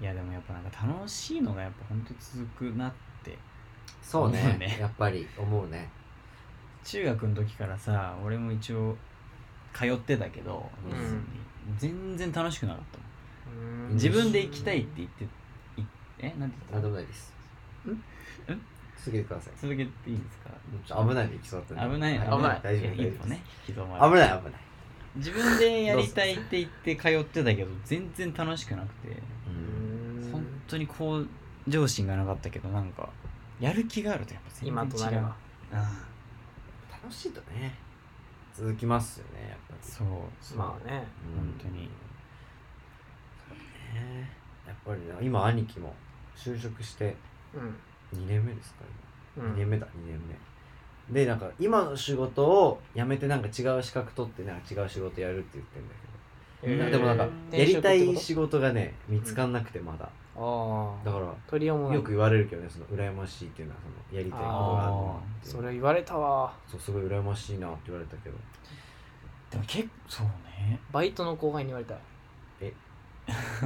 Speaker 1: いやでもやっぱなんか楽しいのがやっぱほんと続くなって
Speaker 2: そうね
Speaker 1: 思うね
Speaker 2: やっぱり思うね
Speaker 1: 中学の時からさ俺も一応通ってたけど、
Speaker 2: うん
Speaker 1: 全然楽しくなかったもん
Speaker 3: うん
Speaker 1: 自分で行きたいって言っていえなんて言った
Speaker 2: なんで
Speaker 1: の
Speaker 2: もないです。
Speaker 3: んん
Speaker 2: 続けてください。
Speaker 1: 続けていいですか
Speaker 2: ちょっと危ないで行きそうだったんで
Speaker 1: 危ない
Speaker 2: は
Speaker 1: 危ない
Speaker 2: 大丈夫
Speaker 1: いや一
Speaker 2: 大丈夫
Speaker 1: 歩ね引き止ま
Speaker 2: 危
Speaker 1: る
Speaker 2: ない危ない。
Speaker 1: 自分でやりたいって言って通ってたけど全然楽しくなくて
Speaker 2: うん
Speaker 1: 本当に向上心がなかったけどなんかやる気があるとやっぱ全然違
Speaker 3: 今
Speaker 1: う
Speaker 3: となれば
Speaker 1: ああ
Speaker 2: 楽しいとね続きますよねやっぱり
Speaker 1: そう
Speaker 3: まあね
Speaker 2: うん
Speaker 1: 本当に
Speaker 2: そうねやっぱりな今兄貴も就職して
Speaker 3: うん
Speaker 2: 2年目ですか
Speaker 3: う
Speaker 2: 今2年
Speaker 3: ん
Speaker 2: 目だ2年目でなんか今の仕事を辞めてなんか違う資格取ってなんか違う仕事やるって言ってるんだ
Speaker 3: え
Speaker 2: けど、
Speaker 3: ー
Speaker 2: でもなんかや
Speaker 3: 転職
Speaker 2: り
Speaker 3: ったて
Speaker 2: い
Speaker 3: こと
Speaker 2: 仕事がね見つかんなくてまだ、
Speaker 3: あ
Speaker 2: だ
Speaker 3: あ
Speaker 2: から
Speaker 3: 鳥山も
Speaker 2: よく言われるけどねその羨ましいっていうのはそのやりたいことがあるのっていう
Speaker 3: それ言われたわ
Speaker 2: そうすごい羨ましいなって言われた
Speaker 3: <laughs>
Speaker 2: けど
Speaker 1: でも結構そうね
Speaker 3: バイトの後輩に言われた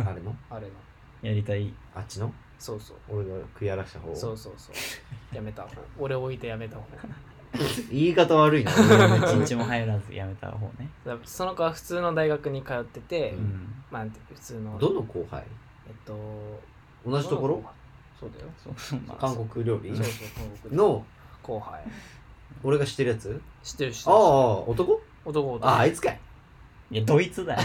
Speaker 2: あれの
Speaker 3: あれの
Speaker 1: やりた
Speaker 2: <laughs>
Speaker 1: い
Speaker 2: あっちの
Speaker 3: そうそう
Speaker 2: 俺が食い荒らした方
Speaker 3: そうそう
Speaker 2: <laughs>
Speaker 3: そうやめた方俺置いてやめた方
Speaker 2: 言い方悪いな俺の
Speaker 1: 一
Speaker 2: ね
Speaker 1: 日も入らずやめた方ね
Speaker 3: だその子は普通の大学に通ってて、
Speaker 2: う
Speaker 1: うんん
Speaker 3: まあなんて普通の
Speaker 2: どの後輩
Speaker 3: えっと
Speaker 2: 同じところ
Speaker 3: そうだよ
Speaker 1: そうそうまあ
Speaker 2: 韓国料理
Speaker 3: そうそう韓国で
Speaker 2: の
Speaker 3: 後輩
Speaker 2: 俺が知ってるやつ
Speaker 3: 知ってる知って
Speaker 2: ああ
Speaker 3: る
Speaker 2: 男
Speaker 3: 男男
Speaker 2: ああいつかい
Speaker 1: いやドイツだよ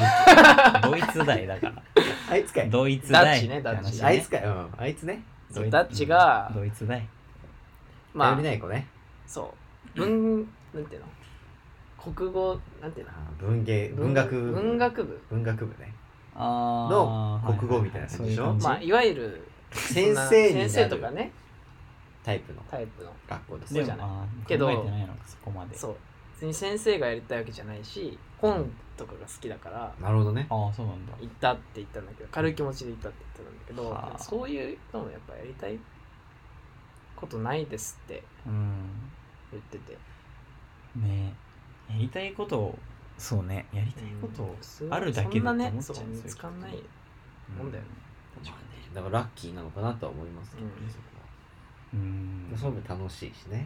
Speaker 1: ドイツだよだから
Speaker 2: あいつかい
Speaker 1: ドイツだい
Speaker 3: ダッチね
Speaker 1: って話
Speaker 3: ダ
Speaker 2: あいつかいうんあいつね
Speaker 1: ドイツ
Speaker 3: ダッチが
Speaker 1: うんドイツだい
Speaker 3: ま
Speaker 2: 頼り
Speaker 3: あ
Speaker 2: ない子ね
Speaker 3: そう文なんていうの国語なんていうの
Speaker 2: あ文芸文学部
Speaker 3: 文学部
Speaker 2: 文学部ね
Speaker 1: あー
Speaker 2: の国語みたいなやつ
Speaker 1: はははそ
Speaker 2: でし
Speaker 1: うい
Speaker 3: まあ
Speaker 1: う感
Speaker 3: いわゆる
Speaker 2: 先
Speaker 3: <laughs> そんな
Speaker 2: 生になる
Speaker 3: 先生とかね
Speaker 2: タイプの
Speaker 3: タイプの
Speaker 2: 学校です
Speaker 1: じ
Speaker 3: そう
Speaker 1: で
Speaker 3: じ
Speaker 1: も
Speaker 3: ゃない
Speaker 1: あー
Speaker 3: けど
Speaker 1: 考えてないのかそこまで
Speaker 3: そう別に先生がやりたいわけじゃないし本とかが好きだから
Speaker 2: なるほどね
Speaker 1: ああそうなんだ
Speaker 3: 行ったって言ったんだけど軽い気持ちで行ったって言ってたんだけど、
Speaker 1: はあ
Speaker 3: そういうのもやっぱやりたいことないですって
Speaker 1: うん
Speaker 3: 言ってて
Speaker 1: ねやりたいことをそうねやりたいことをあるだけ
Speaker 3: そんな
Speaker 1: だと
Speaker 3: ね
Speaker 1: 思っちゃ
Speaker 3: そうう見つかんない、もんだよね
Speaker 2: まあねだからラッキーなのかなとは思いますけどね
Speaker 3: うん
Speaker 2: そこは
Speaker 1: うん
Speaker 2: で
Speaker 1: そ
Speaker 2: そうういうの楽しいしね
Speaker 1: だ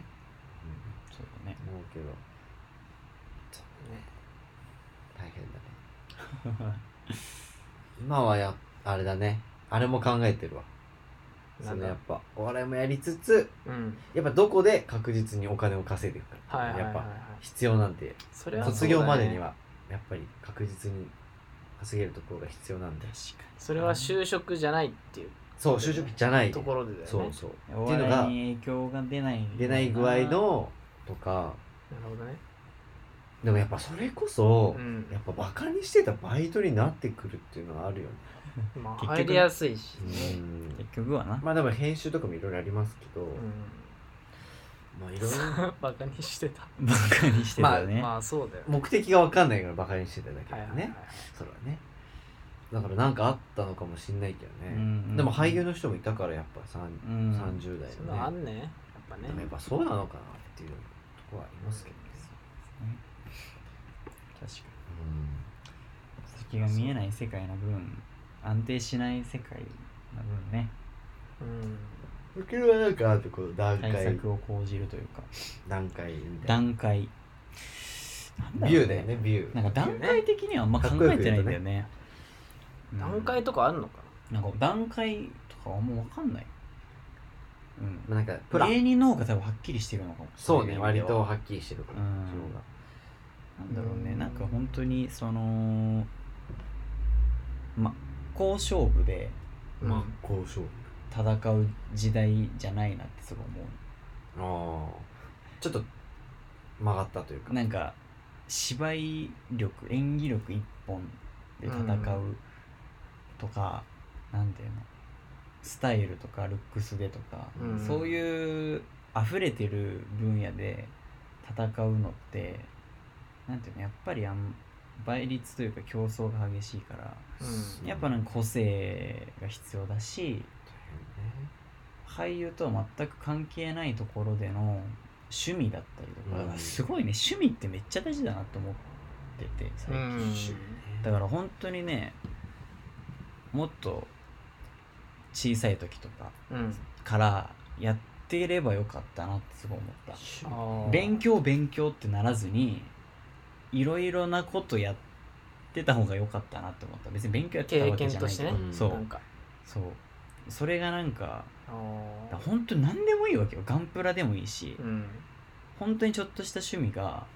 Speaker 1: ね
Speaker 2: うん思うけどそうね大変だね今はやあれだねあれも考えてるわ
Speaker 3: な
Speaker 2: そ
Speaker 3: ん
Speaker 2: の
Speaker 3: だ
Speaker 2: やっぱお笑いもやりつつ
Speaker 3: うん
Speaker 2: やっぱどこで確実にお金を稼いでいくか、
Speaker 3: はいはいは
Speaker 2: や
Speaker 3: い
Speaker 2: っ
Speaker 3: はい
Speaker 2: ぱ必要なんで
Speaker 3: それはそうだね
Speaker 2: 卒業までにはやっぱり確実に稼げるところが必要なんで
Speaker 3: それは就職じゃないっていう
Speaker 2: そう就職じゃない
Speaker 3: ところでだよね
Speaker 2: そうそう
Speaker 1: お
Speaker 2: っていうのが
Speaker 1: 笑いに影響が出ない
Speaker 2: 出ない具合のとか
Speaker 3: なるほどね
Speaker 2: でもやっぱそれこそ、
Speaker 3: うん
Speaker 2: やっぱバカにしてたバイトになってくるっていうのはあるよね
Speaker 3: まあ
Speaker 1: 結局
Speaker 3: 入りやすいし
Speaker 2: う
Speaker 3: ね
Speaker 2: ん
Speaker 1: 結局はな
Speaker 2: まあでも編集とかもいろいろありますけど、
Speaker 3: う
Speaker 2: まあいろいろ
Speaker 3: ん <laughs> バカにしてた
Speaker 1: バカにしてたよね、
Speaker 3: まあそうだよね
Speaker 2: 目的が分かんないからバカにしてただけ
Speaker 3: は
Speaker 2: だ
Speaker 3: い
Speaker 2: よね、
Speaker 3: はいはい
Speaker 2: それはねだからなんかあったのかもしんないけどね、
Speaker 1: うんうん
Speaker 2: でも俳優の人もいたからやっぱさん
Speaker 1: うん
Speaker 2: 30代
Speaker 3: そんなのあ
Speaker 2: よね、
Speaker 3: んねやっぱね
Speaker 2: でもやっぱそうなのかなっていうとこはありますけどね、
Speaker 1: 確かに先が見えない世界の分安定しない世界の分ね
Speaker 3: うん
Speaker 2: うんそれはなんかあとこの段
Speaker 1: 対
Speaker 2: 階
Speaker 1: 策を講じるというか
Speaker 2: 段階みたい
Speaker 1: 段階なんろ
Speaker 2: な
Speaker 1: う
Speaker 2: ビューだよねビュー
Speaker 1: なんか段階的にはあんま考えてないんだよねうん
Speaker 3: 段階とかあるのか
Speaker 1: なんか段階とかはもう分かんない、うん、
Speaker 2: まあなんかプラン
Speaker 1: 芸人の方が多分はっきりしてるのかも
Speaker 2: そう
Speaker 1: い
Speaker 2: ね
Speaker 1: 意味
Speaker 2: 割
Speaker 1: で
Speaker 2: と
Speaker 1: は
Speaker 2: はっきりしてるから、
Speaker 1: うん
Speaker 2: そうだ
Speaker 1: なんだろうね
Speaker 3: うん
Speaker 1: なんか本当にそのま好勝負で
Speaker 3: な
Speaker 2: 真っ向勝負
Speaker 1: 戦う時代じゃないなってすごい思
Speaker 2: ああちょっと曲がったというか
Speaker 1: うなんか芝居力演技力一本で戦うとか、なんていうのスタイルとかルックスでとか、
Speaker 3: うん
Speaker 1: そういう溢れてる分野で戦うのってなんていうのやっぱりあん倍率というか競争が激しいから
Speaker 3: うん
Speaker 1: やっぱなんか個性が必要だし俳優とは全く関係ないところでの趣味だったりとか、
Speaker 2: うん
Speaker 1: すごいね趣味ってめっちゃ大事だなと思ってて最
Speaker 3: う
Speaker 1: 近、
Speaker 3: ん
Speaker 1: だから本当にねもっと小さい時とか
Speaker 3: うん
Speaker 1: からやってればよかったなってすごい思った
Speaker 3: あー
Speaker 1: 勉強勉強ってならずにいろいろなことやってた方が良かったなって思った別に勉強やってたわけじゃないけど、
Speaker 3: 経験として
Speaker 2: ね
Speaker 1: そう
Speaker 3: なんか
Speaker 1: そうそれがなんか
Speaker 3: あー
Speaker 1: 本当に何でもいいわけよガンプラでもいいし、
Speaker 3: うん
Speaker 1: 本当にちょっとした趣味が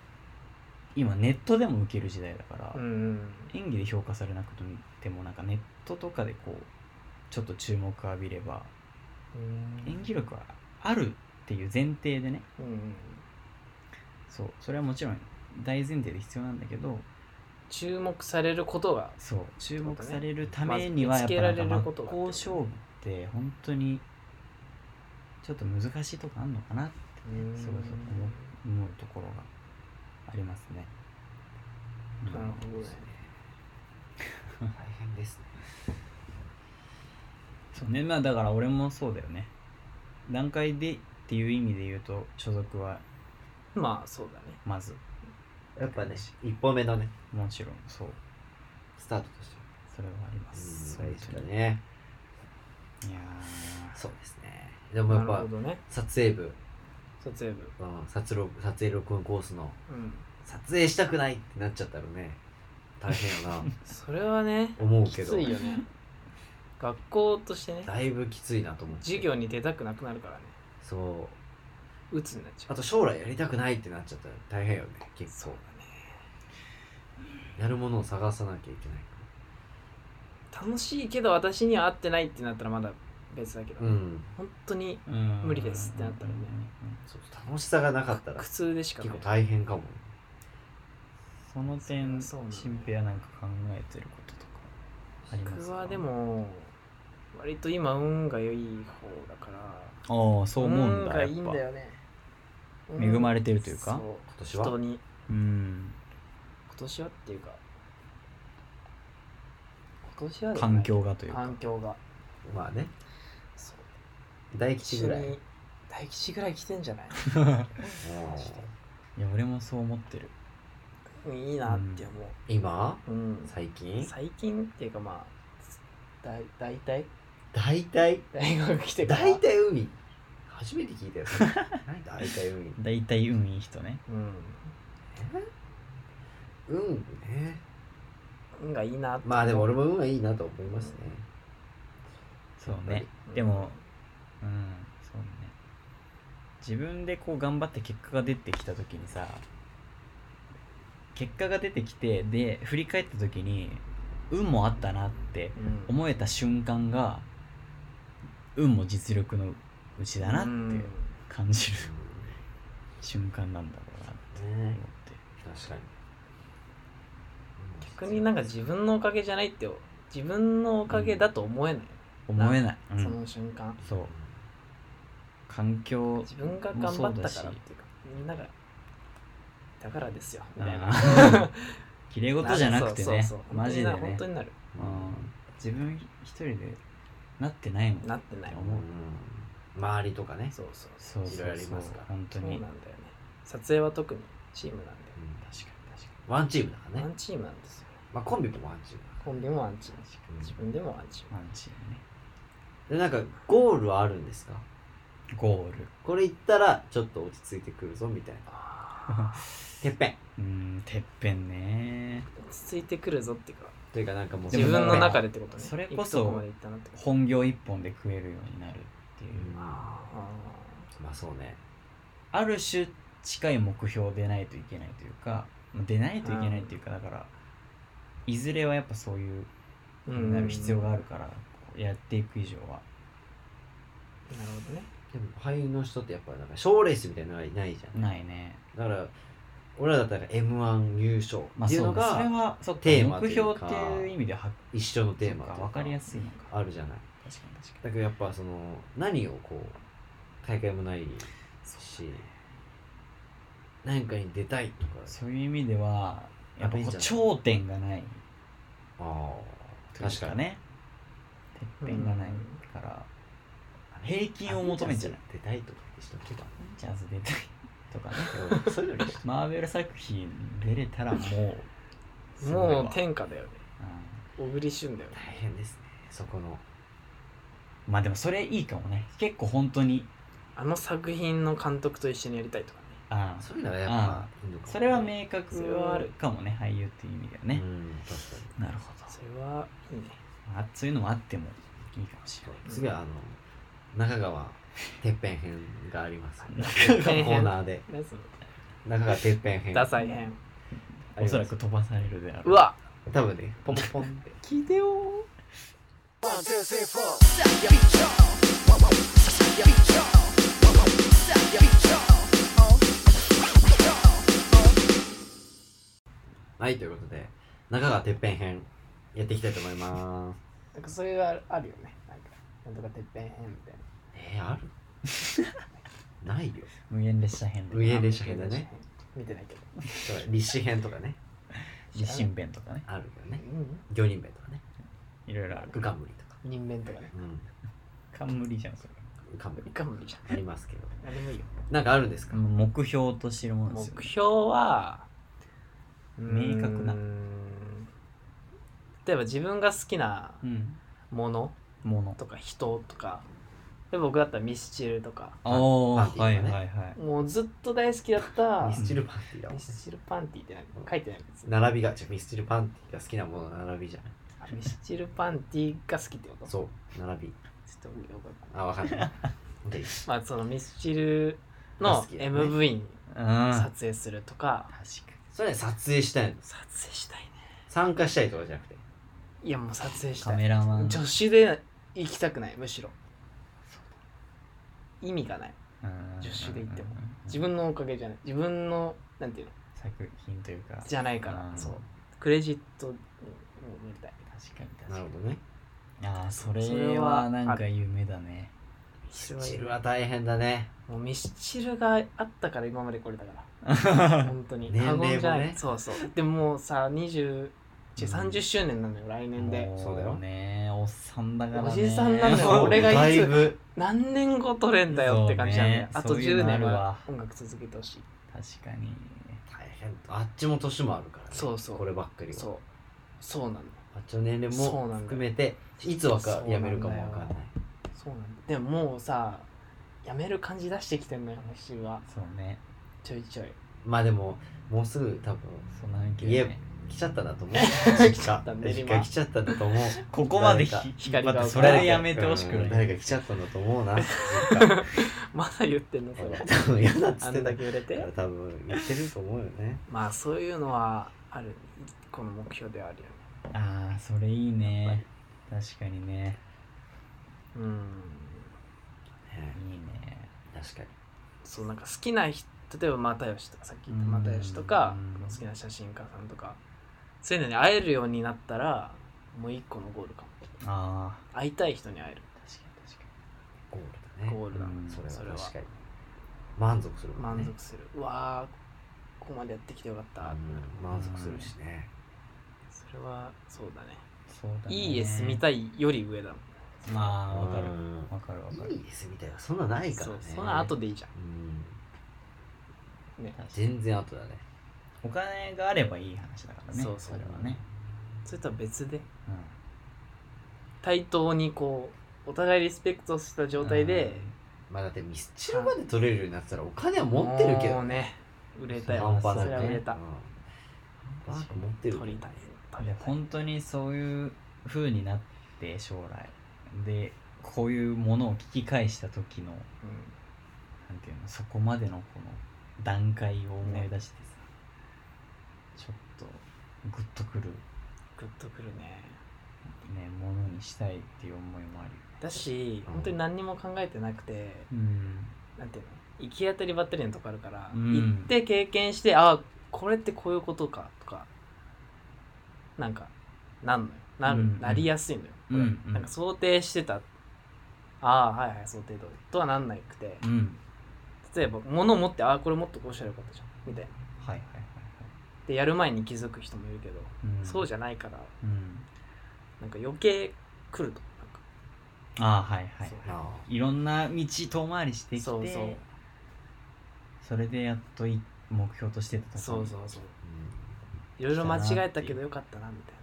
Speaker 1: 今ネットでも受ける時代だから、
Speaker 3: うん
Speaker 1: 演技で評価されなくてもなんかネットとかでこうちょっと注目を浴びれば
Speaker 3: うん
Speaker 1: 演技力はあるっていう前提でね
Speaker 3: うん
Speaker 1: そうそれはもちろん大前提で必要なんだけど
Speaker 3: 注目されることが
Speaker 1: そう注目されるためにはやっぱなんか真っ向勝負って本当にちょっと難しいとこあんのかなってすごいそう思う思うところがありますね。うん
Speaker 3: なるほどね
Speaker 2: 大変ですね
Speaker 1: そうねまあだから俺もそうだよね段階でっていう意味で言うと所属は
Speaker 3: まあそうだね
Speaker 1: まず
Speaker 2: やっぱね一歩目のね
Speaker 1: もちろんそう
Speaker 2: スタートとしては
Speaker 1: それはありま
Speaker 2: うん
Speaker 1: す
Speaker 2: 大
Speaker 1: 本当
Speaker 2: 事だ
Speaker 1: に
Speaker 2: ね
Speaker 1: いや
Speaker 2: そうですねでもや
Speaker 3: な
Speaker 2: っ
Speaker 3: る
Speaker 2: ぱ
Speaker 3: ほどね
Speaker 2: 撮影部
Speaker 3: そう全部
Speaker 2: うん撮録撮影録音コースの
Speaker 3: うん
Speaker 2: 撮影したくないってなっちゃったらね大変
Speaker 3: <laughs>
Speaker 2: やな
Speaker 3: それはね
Speaker 2: 思う
Speaker 3: き
Speaker 2: けど
Speaker 3: ついよね学校としてね
Speaker 2: だいぶきついなと思って
Speaker 3: 授業に出たくなくなるからね
Speaker 2: そう
Speaker 3: 鬱になっちゃ
Speaker 2: あ
Speaker 3: う
Speaker 2: と将来やりたくないってなっちゃったら大変よね結構やるものを探さなきゃいけないか
Speaker 3: 楽しいけど私には合ってないってなったらまだ別だけ
Speaker 2: ら
Speaker 3: ど、
Speaker 2: うん
Speaker 3: 本当に
Speaker 1: ーうん
Speaker 3: 無理ですってなったらね
Speaker 2: そう楽しさがなかったら
Speaker 3: 苦痛でしかな
Speaker 2: 結
Speaker 3: い
Speaker 2: 構大変かも
Speaker 1: その点
Speaker 3: そうなんだよ
Speaker 1: 新平はなんか考えてることとかあります
Speaker 3: 僕
Speaker 1: か
Speaker 3: はでも割と今運が良い方だから
Speaker 1: ああそう思うんだ
Speaker 3: 運が
Speaker 1: やっ
Speaker 3: いいん
Speaker 1: ぱ
Speaker 3: だよね
Speaker 1: 恵まれてるというか
Speaker 3: そ
Speaker 2: 今年は
Speaker 3: 人に
Speaker 1: うん
Speaker 3: 今年はっていうか今年はじゃない
Speaker 1: 環境がというか
Speaker 3: 環境が
Speaker 2: まあね
Speaker 3: そう
Speaker 2: 大
Speaker 3: 一
Speaker 2: 吉
Speaker 3: 緒
Speaker 2: ぐらい
Speaker 3: に大吉ぐらい来てんじゃない
Speaker 2: もう
Speaker 1: いや俺もそう思ってる
Speaker 3: うんいいなって思
Speaker 2: 今
Speaker 3: う、うん
Speaker 2: 最近
Speaker 3: 最近っていうかまあだい大体
Speaker 2: 大体
Speaker 3: 大学来てから
Speaker 2: 大体海初めて聞いたよ <laughs> 何大体海
Speaker 1: だいたい運いい人ね
Speaker 3: うん
Speaker 2: 運ね
Speaker 3: 運がいいなって
Speaker 2: まあでも俺も運がいいなと思いますね
Speaker 1: そうねでもうんそうね自分でこう頑張って結果が出てきた時にさ結果が出てきてで振り返った時に運もあったなって
Speaker 3: うん
Speaker 1: 思えた瞬間が運も実力のうちだなって感じる瞬間なんだろうなって
Speaker 2: うん
Speaker 1: 思っ
Speaker 2: ね
Speaker 1: て
Speaker 2: 確かに
Speaker 3: 逆になんか自分のおかげじゃないって自分のおかげだと思えない、
Speaker 1: 思えない、う
Speaker 3: そ
Speaker 1: ん、
Speaker 3: の瞬間
Speaker 1: そう環境
Speaker 3: 自分が頑張ったからっていうかみんながだからですよみたいな
Speaker 1: うんきれい事じゃなくてね
Speaker 3: そうそうそう
Speaker 1: マジで
Speaker 3: 本
Speaker 1: ね
Speaker 3: 当になる
Speaker 1: うん自分一人でなってないもん
Speaker 3: なってない
Speaker 1: 思う
Speaker 2: うん周りとかね
Speaker 3: そうそうそ
Speaker 1: そうそう
Speaker 2: いろいろあり
Speaker 1: そ
Speaker 2: ま
Speaker 1: う
Speaker 2: すから
Speaker 1: 本当
Speaker 3: うそうな
Speaker 1: に
Speaker 3: んだ
Speaker 1: 確
Speaker 3: よね撮影は特にチームなんで
Speaker 2: うん
Speaker 1: かに確か
Speaker 2: ワンチームだから
Speaker 3: ワ
Speaker 2: ね
Speaker 3: ンチームなんですよ
Speaker 2: まあコンビもワンチーム
Speaker 3: コンビもワンチーム
Speaker 2: うん
Speaker 3: 自分でもワンチーム
Speaker 1: にワンチームね
Speaker 2: でなんかゴールはあるんですか
Speaker 1: ゴール
Speaker 2: これ行ったらちょっと落ち着いてくるぞみたいなてっぺん
Speaker 1: うんてっぺんね
Speaker 3: 落ち着いてくるぞっていうか
Speaker 2: というかなんかもう
Speaker 1: で
Speaker 3: 自
Speaker 1: も
Speaker 3: 分の
Speaker 1: なんか
Speaker 3: 中でってことね
Speaker 1: それこそ
Speaker 3: いくとこまで行ったなってこと
Speaker 1: 本業一本で食えるようになるっていう、
Speaker 2: うん
Speaker 3: あ
Speaker 2: まあそうね
Speaker 1: ある種近い目標でないといけないというかまあ出ないといけないというかだからいずれはやっぱそういう
Speaker 3: ー
Speaker 1: なる必要があるからこうやっていく以上は
Speaker 3: なるほどね
Speaker 2: でも俳優の人ってやっぱなんか賞レースみたいなのがいないじゃん
Speaker 1: ないね
Speaker 2: だから俺らだったら m 1優勝
Speaker 1: まあ
Speaker 2: っていう
Speaker 1: そ
Speaker 2: の
Speaker 1: うかそれ
Speaker 2: が
Speaker 1: はそっか
Speaker 2: テーマと
Speaker 1: 目
Speaker 2: いう
Speaker 1: 標っ
Speaker 2: か
Speaker 1: ていう意味ではっ
Speaker 2: 一緒のテーマ
Speaker 1: そう
Speaker 2: と
Speaker 1: か
Speaker 2: う
Speaker 1: 分かりやすいのか
Speaker 2: あるじゃない
Speaker 1: 確かに確か
Speaker 2: だけどやっぱその何をこう大会もないし何かに出たいとか
Speaker 1: にそういう意味ではやっぱこ
Speaker 2: やべえ
Speaker 1: う
Speaker 2: じゃん
Speaker 1: 頂点がない
Speaker 2: あ
Speaker 1: とい
Speaker 2: あ
Speaker 1: う
Speaker 2: 確
Speaker 1: か
Speaker 2: かに
Speaker 1: ねてっぺんがないから平均を求めちゃう
Speaker 2: 出たいとかってしとけば
Speaker 1: ジャズ出たいとかね
Speaker 2: でもそういうのにし
Speaker 1: マーベル作品出れたらもう
Speaker 3: もう
Speaker 1: それは
Speaker 3: 天下だよね
Speaker 1: う
Speaker 3: 小栗旬だよね
Speaker 2: 大変ですねそこの
Speaker 1: んまあでもそれいいかもね結構本当に
Speaker 3: あの作品の監督と一緒にやりたいとかね
Speaker 1: ああ
Speaker 2: そういうのはやっぱいいのかもね
Speaker 1: それは明
Speaker 3: そ
Speaker 1: 確
Speaker 3: れはある
Speaker 1: かもね俳優っていう意味では
Speaker 2: う
Speaker 1: ね、
Speaker 2: ん確かに
Speaker 1: なるほど
Speaker 3: それはいいね
Speaker 1: あそういうのもあってもいいかもしれない
Speaker 2: 次はあの中川てっぺん編があります、
Speaker 1: 中
Speaker 2: コ
Speaker 3: 川
Speaker 2: ーナーで
Speaker 3: なんす
Speaker 2: 中川てっぺん編
Speaker 3: ダサい編
Speaker 1: おそらく飛ばされるであろ
Speaker 3: うわ
Speaker 2: 多分ねポンポンって
Speaker 1: 聞いてよ
Speaker 2: はいということで中川てっぺん編やっていきたいと思います
Speaker 3: なんかそれがあるよねなんかなんとかてっぺんへんみたいな
Speaker 2: えー、あるないよ
Speaker 1: 無限列車編
Speaker 2: 無限列車編だね
Speaker 3: 見てないけど
Speaker 2: そう立志編とかね
Speaker 1: 日清弁とかね
Speaker 2: あるよね
Speaker 3: うん
Speaker 2: 魚人弁とかね
Speaker 1: いろいろある
Speaker 2: うかむりとか
Speaker 3: 人面とかね
Speaker 2: うん
Speaker 1: 冠じゃんそれ
Speaker 2: うかむり
Speaker 3: いかもいいじゃん
Speaker 2: ありますけど
Speaker 3: 何でもいいよ
Speaker 2: なんかあるんですか、
Speaker 1: 目標としてるものですよ、
Speaker 3: 目標は
Speaker 1: 明確な
Speaker 3: うーん例えば自分が好きな
Speaker 1: うん
Speaker 3: もの
Speaker 1: もの
Speaker 3: とか人とかで僕だったらミスチルとか
Speaker 1: ああ
Speaker 2: パンティ
Speaker 1: はい
Speaker 2: ーとかね
Speaker 1: はいはい
Speaker 3: もうずっと大好きだった
Speaker 2: ミスチルパンティーだもん
Speaker 3: ミスチルパンティってなんか書いてない別に
Speaker 2: 並びがじゃあミスチルパンティーが好きなものの並びじゃない
Speaker 3: あミスチルパンティが好きってことう
Speaker 2: そう並び
Speaker 3: ちょっとよくわかんな
Speaker 2: あ
Speaker 3: い
Speaker 2: わかんないで
Speaker 3: まあそのミスチル
Speaker 2: が
Speaker 3: の
Speaker 2: 好きだよね
Speaker 3: MV に
Speaker 1: うん確
Speaker 3: 撮
Speaker 1: か
Speaker 3: 影するとか、
Speaker 2: それは撮影したいの
Speaker 3: 撮影したいね
Speaker 2: 参加したいとかじゃなくて
Speaker 3: いやもう撮影
Speaker 1: に
Speaker 3: し
Speaker 1: カ
Speaker 3: た
Speaker 1: メ
Speaker 3: い
Speaker 1: ラマン、
Speaker 3: 助手で行きたくないむしろ意味がない
Speaker 1: うん
Speaker 3: 助手で行っても
Speaker 1: うんうんうん
Speaker 3: 自分のおかげじゃない自分のなんていうの
Speaker 1: 作品というか
Speaker 3: じゃないから
Speaker 1: うん
Speaker 3: そうクレジットを見たい
Speaker 1: 確かに確
Speaker 2: な
Speaker 1: か
Speaker 2: る
Speaker 1: に
Speaker 2: ほどね
Speaker 1: ああそ
Speaker 3: そ
Speaker 1: れ
Speaker 3: れ
Speaker 1: は
Speaker 3: は
Speaker 1: なんか夢だね
Speaker 3: ミス
Speaker 2: チ
Speaker 3: チ
Speaker 2: ル
Speaker 3: ル
Speaker 2: は大変だね
Speaker 3: もうミスチルがあったから今までこれだか
Speaker 1: <laughs>
Speaker 3: ら本当に
Speaker 2: 年齢もね
Speaker 3: 過言じゃないそうそうでももうさ20違う30周年なのよ来年で
Speaker 1: も
Speaker 2: そうだよ
Speaker 1: ねおっさんだからね
Speaker 3: おじさんなのよ
Speaker 1: そう
Speaker 3: 俺がいつ
Speaker 2: だいぶ
Speaker 3: 何年後取れんだよって感じなんだよ、
Speaker 1: そうね
Speaker 3: あと
Speaker 1: そういう
Speaker 3: 10
Speaker 1: のあ
Speaker 3: 年
Speaker 1: るわ
Speaker 3: は音楽続けてほしい
Speaker 1: 確かに
Speaker 2: 大変あっちも年もあるから、ね、
Speaker 3: そうそう
Speaker 2: こればっかりは
Speaker 3: そうそうなの
Speaker 2: あっちの年齢
Speaker 3: そ
Speaker 2: も
Speaker 3: うなんだよ
Speaker 2: 含めていつわか
Speaker 3: そうな
Speaker 2: や
Speaker 3: んだよ
Speaker 2: めるかもわかんない
Speaker 3: そうなんだでももうさやめる感じ出してきてんのよミスチルは
Speaker 1: そうね
Speaker 3: ちょいち <laughs> ょい
Speaker 2: まあでももうすぐ多分
Speaker 1: そんなに
Speaker 2: いえ来ちゃったんだと思う実家
Speaker 3: た練
Speaker 2: 実
Speaker 3: 馬
Speaker 2: 家来ちゃったんだと思う
Speaker 1: ここまでひ
Speaker 2: 誰か
Speaker 1: 引っ張って
Speaker 3: 光が
Speaker 1: それでやめてほしく
Speaker 2: うん
Speaker 1: ない
Speaker 2: 誰か来ちゃったんだと思うな実家
Speaker 3: まだ言ってんのそ
Speaker 2: ほら
Speaker 3: れ
Speaker 2: 多分嫌だっつ
Speaker 3: あ
Speaker 2: って
Speaker 3: ん
Speaker 2: た
Speaker 3: だ
Speaker 2: か
Speaker 3: け売れて
Speaker 2: ら多分言ってると思うよね
Speaker 3: まあそういうのはあるこの目標ではあるよね
Speaker 1: ああそれいいね確かにね
Speaker 3: うん
Speaker 2: ね
Speaker 1: いいね
Speaker 2: 確かに又
Speaker 3: そうなんか好きな人例えば又吉とかさっき言った
Speaker 1: うん
Speaker 3: 又吉とか
Speaker 1: うん
Speaker 3: 好きな写真家さんとかそういうのに会えるようになったらもう一個のゴールかも
Speaker 1: ああ
Speaker 3: 会いたい人に会える
Speaker 1: 確かに確か
Speaker 2: ゴールだね
Speaker 3: ゴールだ、
Speaker 1: うん
Speaker 2: それ
Speaker 3: それ
Speaker 2: は
Speaker 3: は
Speaker 2: 確かに満足するもん
Speaker 3: 満
Speaker 2: ね
Speaker 3: 足する、うわーここまでやってきてよかった、
Speaker 2: うん満足するしね
Speaker 3: それはそうだね
Speaker 1: にそうだね
Speaker 3: いい S 見たいより上だもん
Speaker 1: まあわかる
Speaker 2: うん
Speaker 1: わかるわか
Speaker 2: い
Speaker 1: る
Speaker 2: いですみたいなそんなないからね
Speaker 3: そうその後でいいじゃ
Speaker 2: うん
Speaker 3: んね
Speaker 1: 確かに
Speaker 2: 全然後だね
Speaker 1: お金があればいい話だからね
Speaker 3: そうそう
Speaker 1: れはね
Speaker 3: それとは別で
Speaker 1: うん
Speaker 3: 対等にこうお互いリスペクトした状態で
Speaker 2: まあだってミスチルまで取れるようになってたらお金は持ってるけ
Speaker 3: も
Speaker 2: ど
Speaker 3: うね売れたよ
Speaker 2: 半端な
Speaker 3: そ
Speaker 2: く
Speaker 3: れは
Speaker 2: ね
Speaker 3: 売れた、
Speaker 2: うん半端なく持ってるけ
Speaker 3: 取りたい取
Speaker 1: い
Speaker 3: り
Speaker 1: や
Speaker 3: たい
Speaker 1: 本当にそういう風になって将来でこういうものを聞き返した時の
Speaker 3: う
Speaker 1: なんていうのそこまでのこの段階を思い出してさ、ちょっとグッとくる、ね、
Speaker 3: んグッとくるね
Speaker 1: ものにしたいっていう思いもあるよね
Speaker 3: だし
Speaker 2: うん
Speaker 3: 本当に何にも考えてなくて、
Speaker 1: うん
Speaker 3: なんていうの行き当たりばったりのとこあるから、
Speaker 1: うん
Speaker 3: 行って経験してあこれってこういうことかとかなんかなんのよなる、
Speaker 1: うんうん
Speaker 3: なりやすいのよ、これ
Speaker 1: うんうん
Speaker 3: なんか想定してたああはいはい想定通りとはなんなくて
Speaker 1: うん
Speaker 3: 例えば物を持ってああこれもっとこうしたらよかったじゃんみたいな
Speaker 1: はいはいはいはい、
Speaker 3: でやる前に気づく人もいるけど、
Speaker 1: うん、
Speaker 3: そう
Speaker 1: ゃ
Speaker 3: じゃないから
Speaker 1: うん
Speaker 3: なんか余計来るとなんか
Speaker 1: ああはいはい
Speaker 3: そう
Speaker 2: どあ
Speaker 1: いろんな道遠回りしてきて
Speaker 3: そうそう
Speaker 1: それでやっとい目標としてたとこに
Speaker 3: そうそうそう
Speaker 2: あうん
Speaker 3: いろいろ間違えたけどよかったなみたい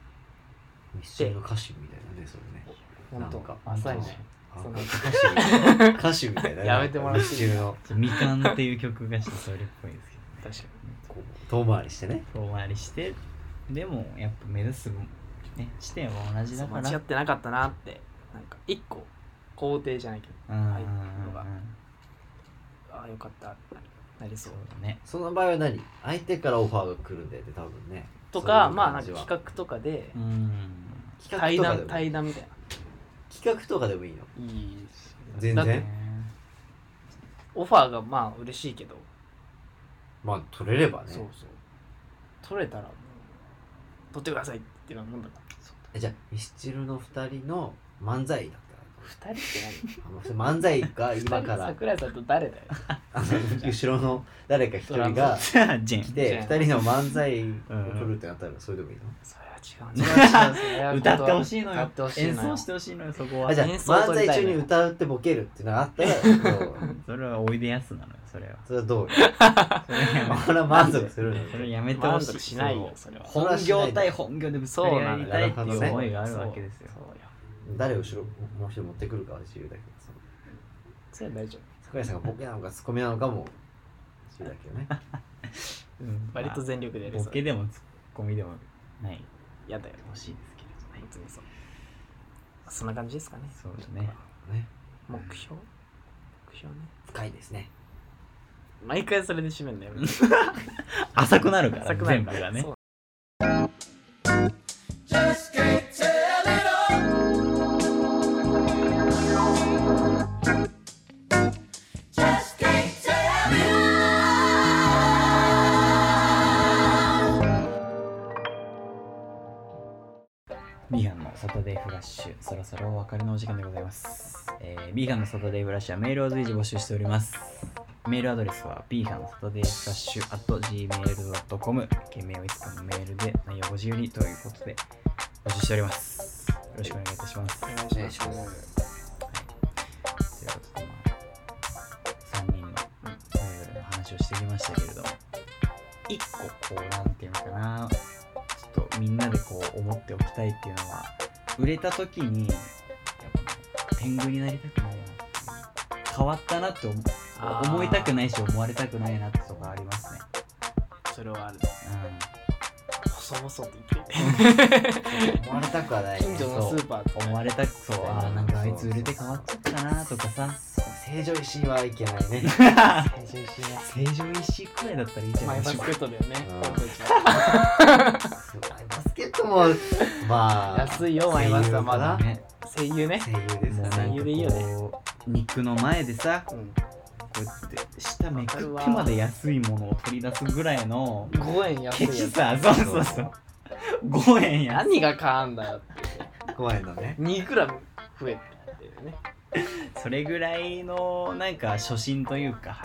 Speaker 2: ミスチルの歌手みたいだねそれね
Speaker 3: な
Speaker 2: なん
Speaker 3: 本
Speaker 2: か
Speaker 3: 当浅いね
Speaker 2: あ <laughs>
Speaker 3: そう
Speaker 2: 歌手みたいな歌手みたいだね
Speaker 3: やめてもらってい
Speaker 2: ミ
Speaker 3: い
Speaker 2: スチルの
Speaker 1: ちょみかんっていう曲がしてそれっぽいですけど
Speaker 3: 確か
Speaker 2: こう遠回りしてね
Speaker 1: 遠回りして
Speaker 3: <laughs>
Speaker 1: でもやっぱ目指す、ね、視点は同じだから
Speaker 3: に間違ってなかったなってなんか一個肯定じゃないけど
Speaker 1: うんうんうんうん
Speaker 3: はいのがああよかったってなるなり
Speaker 1: そ
Speaker 3: そう
Speaker 1: うだね
Speaker 2: その場合は何相手からオファーが来るんだよね多分ね
Speaker 3: と
Speaker 2: そ
Speaker 3: か
Speaker 2: ういう感じは
Speaker 3: まあなんか企画とかで
Speaker 1: うん
Speaker 2: 企
Speaker 3: 対
Speaker 2: 画とか
Speaker 3: 談
Speaker 2: でも
Speaker 3: 対談みたい
Speaker 2: 企画とかでもいいの
Speaker 3: ないいです
Speaker 2: 全
Speaker 3: だって
Speaker 2: 然
Speaker 3: オファーがまあ嬉しいけど、
Speaker 2: まあ取れればね
Speaker 3: そうそう取れたらもう取ってくださいっていうようなもんだから
Speaker 2: えじゃあミスチルの2人の漫才だったら
Speaker 3: 二人って
Speaker 2: あの漫才が
Speaker 3: 何
Speaker 2: 今か
Speaker 3: 二人 <laughs>
Speaker 2: ら
Speaker 3: 桜井さんと誰だよ
Speaker 2: あの後ろの誰か一人
Speaker 3: ドラ
Speaker 2: が
Speaker 3: ム
Speaker 1: じゃ <laughs> あジェ
Speaker 2: 来
Speaker 1: ン
Speaker 2: て
Speaker 3: じゃあ
Speaker 2: 2人の漫才を取るってなったらそれでもいいの
Speaker 3: それは違うね
Speaker 1: そ歌ってほしいの
Speaker 3: 歌
Speaker 1: よ
Speaker 3: ってほしい
Speaker 1: 演
Speaker 3: の
Speaker 1: 奏
Speaker 3: よ
Speaker 1: してほしいのよそこ
Speaker 2: あ
Speaker 1: は
Speaker 2: じゃあ
Speaker 3: 演奏を
Speaker 2: 漫
Speaker 3: 取
Speaker 2: 才
Speaker 3: りたい
Speaker 2: 中
Speaker 3: の
Speaker 2: に
Speaker 3: よ
Speaker 2: 歌うってボケるっていうのがあった
Speaker 3: <laughs>
Speaker 2: らそう
Speaker 1: それはおいでやすなのよそれは
Speaker 2: それはどうよ
Speaker 1: それ
Speaker 3: <laughs>
Speaker 1: はやめ
Speaker 2: それは満足するの
Speaker 1: それはやめてほしい
Speaker 3: しないよそれは
Speaker 1: 本業対本業でぶつかり合いたいって
Speaker 2: そうなんだ
Speaker 1: いう思いがあるわけですよ
Speaker 3: そうそうよ
Speaker 2: 誰を後ろもう一人持ってくるかは自由だけどその
Speaker 3: それは大丈夫
Speaker 2: 桜井さんがボケなのかツッコミなのかも自由だけどね
Speaker 3: <laughs>
Speaker 1: うん
Speaker 3: 割と全力でやれそ
Speaker 1: ボ
Speaker 3: う
Speaker 1: ケでもツッコミでもない
Speaker 3: やだよ
Speaker 1: 欲しいですけれどね
Speaker 3: 本当にそうそんな感じですかね
Speaker 1: そうだね
Speaker 2: ね
Speaker 3: 目標目標ね
Speaker 2: 深いですね
Speaker 3: 毎回それで締めるんだよ
Speaker 1: 浅くなるから
Speaker 3: 浅くな
Speaker 1: 全
Speaker 3: る
Speaker 1: 部
Speaker 3: か
Speaker 1: が
Speaker 3: ら
Speaker 1: ね
Speaker 3: そう
Speaker 1: ビーガンのサタデーフラッシュ、そろそろお別れのお時間でございます。えー、ビーガンのサタデーフラッシュはメールを随時募集しております。メールアドレスはビーガンのサタデーフラッシュ at gmail.com。件名をいつかのメールで内容をご自由にということで募集しております。よろしくお願いいたします。はい。
Speaker 2: お願いし
Speaker 1: と
Speaker 2: ます
Speaker 1: いうことで、まあ、3人のそれぞれの話をしてきましたけれども、1個こう、なんていうのかな、ちょっとみんなでこう思っておきたいっていうのは、売れた時にやっぱ天狗になりたくないなっていう変わったなって思
Speaker 3: あー
Speaker 1: 思いたくないし思われたくないなってとこありますね、
Speaker 3: それはあるね細々と言って
Speaker 2: 思われたくはない、
Speaker 3: 近所のスーパー
Speaker 1: う
Speaker 3: と
Speaker 1: ん、
Speaker 3: か
Speaker 1: 思われたくそうあーなんかあいつ売れて変わっちゃったなとかさ
Speaker 2: 正常石井はいけない
Speaker 3: <laughs>
Speaker 2: ね
Speaker 3: 成人しね
Speaker 1: 正常石井くらいだったらいいじゃな
Speaker 3: マ
Speaker 1: い
Speaker 3: イ
Speaker 1: です
Speaker 3: バス
Speaker 1: か
Speaker 3: ケットだよね
Speaker 2: うん
Speaker 3: 本当に
Speaker 2: そうバスケットもまあ
Speaker 3: 安いよマイバスはまだ
Speaker 2: 声優
Speaker 1: ね
Speaker 3: 声優ね
Speaker 1: もう
Speaker 2: かな声優ですか
Speaker 1: な
Speaker 2: ね
Speaker 1: んか
Speaker 3: 声優でいいよ
Speaker 1: こう肉の前でさこ
Speaker 3: うん
Speaker 1: うやって下めくってまで安いものを取り出すぐらいの
Speaker 3: 5円安
Speaker 1: ケ
Speaker 3: いや
Speaker 1: チ
Speaker 3: つ
Speaker 1: さそうそうそう5円や
Speaker 3: 何が買わんだよ
Speaker 2: 怖いのね
Speaker 3: 2グラム増えたっていうね
Speaker 1: それぐらいのなんか初心というか、あ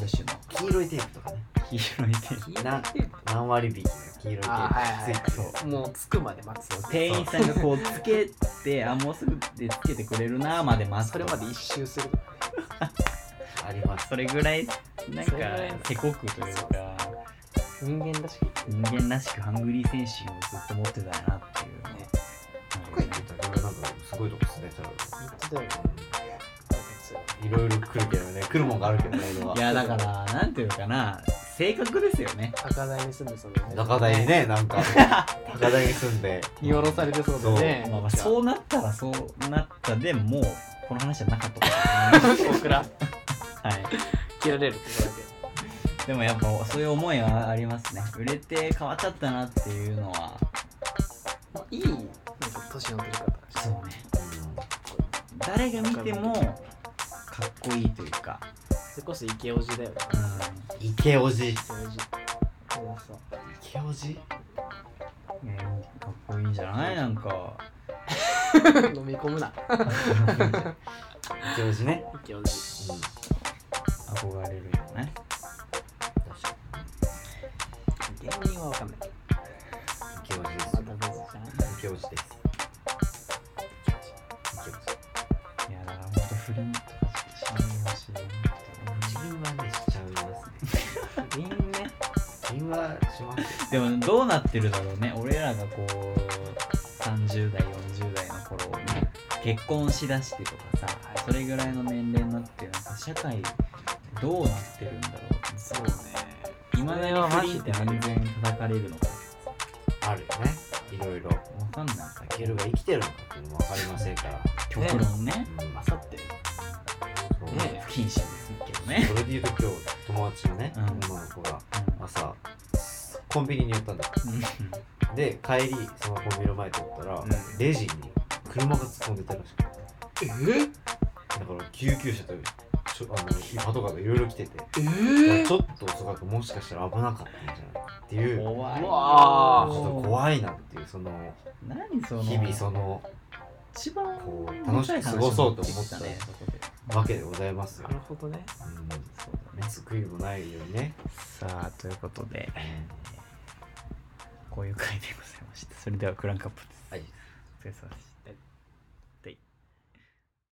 Speaker 1: る種の
Speaker 2: 黄色いテープとかね
Speaker 1: 黄色い店
Speaker 2: な何割引きの黄色いテ
Speaker 3: あーはいはいはい
Speaker 2: ープついてそう
Speaker 3: もう着くまで待つ
Speaker 1: 店員さんがこうつけてあもうすぐでつけてくれるなまで待つ
Speaker 3: それまで一周するとか
Speaker 2: あります
Speaker 1: それぐらいなんか
Speaker 3: それぐらい
Speaker 1: 手こくというか
Speaker 3: 人間らしく
Speaker 1: 人間らしくハングリー精神をずっと持ってたなっていうね
Speaker 2: とか言ってたけどなんかすごいとこ住んでたら
Speaker 3: 言ってたよね
Speaker 2: いろいろ来るけどね来るもんがあるけどね俺はい
Speaker 1: やだからなんていうかな性格ですよね
Speaker 3: 赤台に住んでそうだよね
Speaker 2: 高台にねなんか高台に住んで
Speaker 3: 見下ろされてそうだよね
Speaker 1: まあまあ
Speaker 3: じゃあ
Speaker 1: そうなったらそうなったでもうこの話じゃなかったこと
Speaker 3: <laughs>
Speaker 1: になります
Speaker 3: 僕ら
Speaker 1: はい
Speaker 3: 切られるってこ
Speaker 1: でもやっぱそういう思いはありますね売れて変わっちゃったなっていうのは
Speaker 3: とだけいいなんか年の取り方
Speaker 1: そうね誰が見てもかっこいいというか、
Speaker 3: それこそイケオジだよね
Speaker 1: う
Speaker 2: 池おじ
Speaker 3: イケオ <laughs> ジそうそう
Speaker 2: 池おじ
Speaker 1: んねかっこいいんじゃないなんか
Speaker 3: 飲み込むな。
Speaker 2: 池おじね
Speaker 3: 一気おじ。
Speaker 2: うん
Speaker 1: 憧れるよね
Speaker 2: 確か
Speaker 3: 芸人はわかんないけど。
Speaker 2: に池おじです
Speaker 3: また別じゃない。
Speaker 2: 池おじです池おじ
Speaker 1: いやだからほんと不倫とかしないでほしいなって
Speaker 2: 自分はねしちゃいますね
Speaker 3: みんね。
Speaker 2: 自分はしますよ
Speaker 1: でもどうなってるだろうね俺らがこう30代40代の頃結婚しだしてとかさそれぐらいの年齢になってなんか社会どうなってるんだろう
Speaker 3: そうね。
Speaker 1: いまだに不倫って全然叩かれるのか
Speaker 2: あるよねいろいろ
Speaker 1: わかんないさ
Speaker 2: タケルが生きてるのかっていうのも分かりませんから
Speaker 1: 極論ね
Speaker 2: うん
Speaker 3: あさって。
Speaker 2: そう
Speaker 3: ね
Speaker 1: 不謹慎ですけどね
Speaker 2: それで言うと今日友達のね、
Speaker 1: うん
Speaker 2: 女の子が朝コンビニに寄ったんだ
Speaker 1: う
Speaker 2: で帰りそのコンビニの前通ったら、
Speaker 1: うん
Speaker 2: レジに車が突っ込んでたらしくて
Speaker 3: え
Speaker 2: だから救急車とちょあのパトカーがいろいろ来てて、
Speaker 3: え
Speaker 2: ちょっと遅かったもしかしたら危なかったんじゃないってい
Speaker 1: ん
Speaker 2: う
Speaker 1: 怖いよ
Speaker 3: うわ
Speaker 2: ちょっと怖いなっていうその
Speaker 1: 何その
Speaker 2: 日々その
Speaker 1: 一番
Speaker 2: こう楽しく過ごそうと思った
Speaker 1: ねそこで
Speaker 2: わけでございますよ
Speaker 3: な、るほどね
Speaker 2: うん、
Speaker 1: そうだね
Speaker 2: 救いもないようにね、
Speaker 1: さあということで
Speaker 2: うん
Speaker 1: こういう回でございましたそれではクランクアップです
Speaker 2: はい
Speaker 1: お疲れ様でした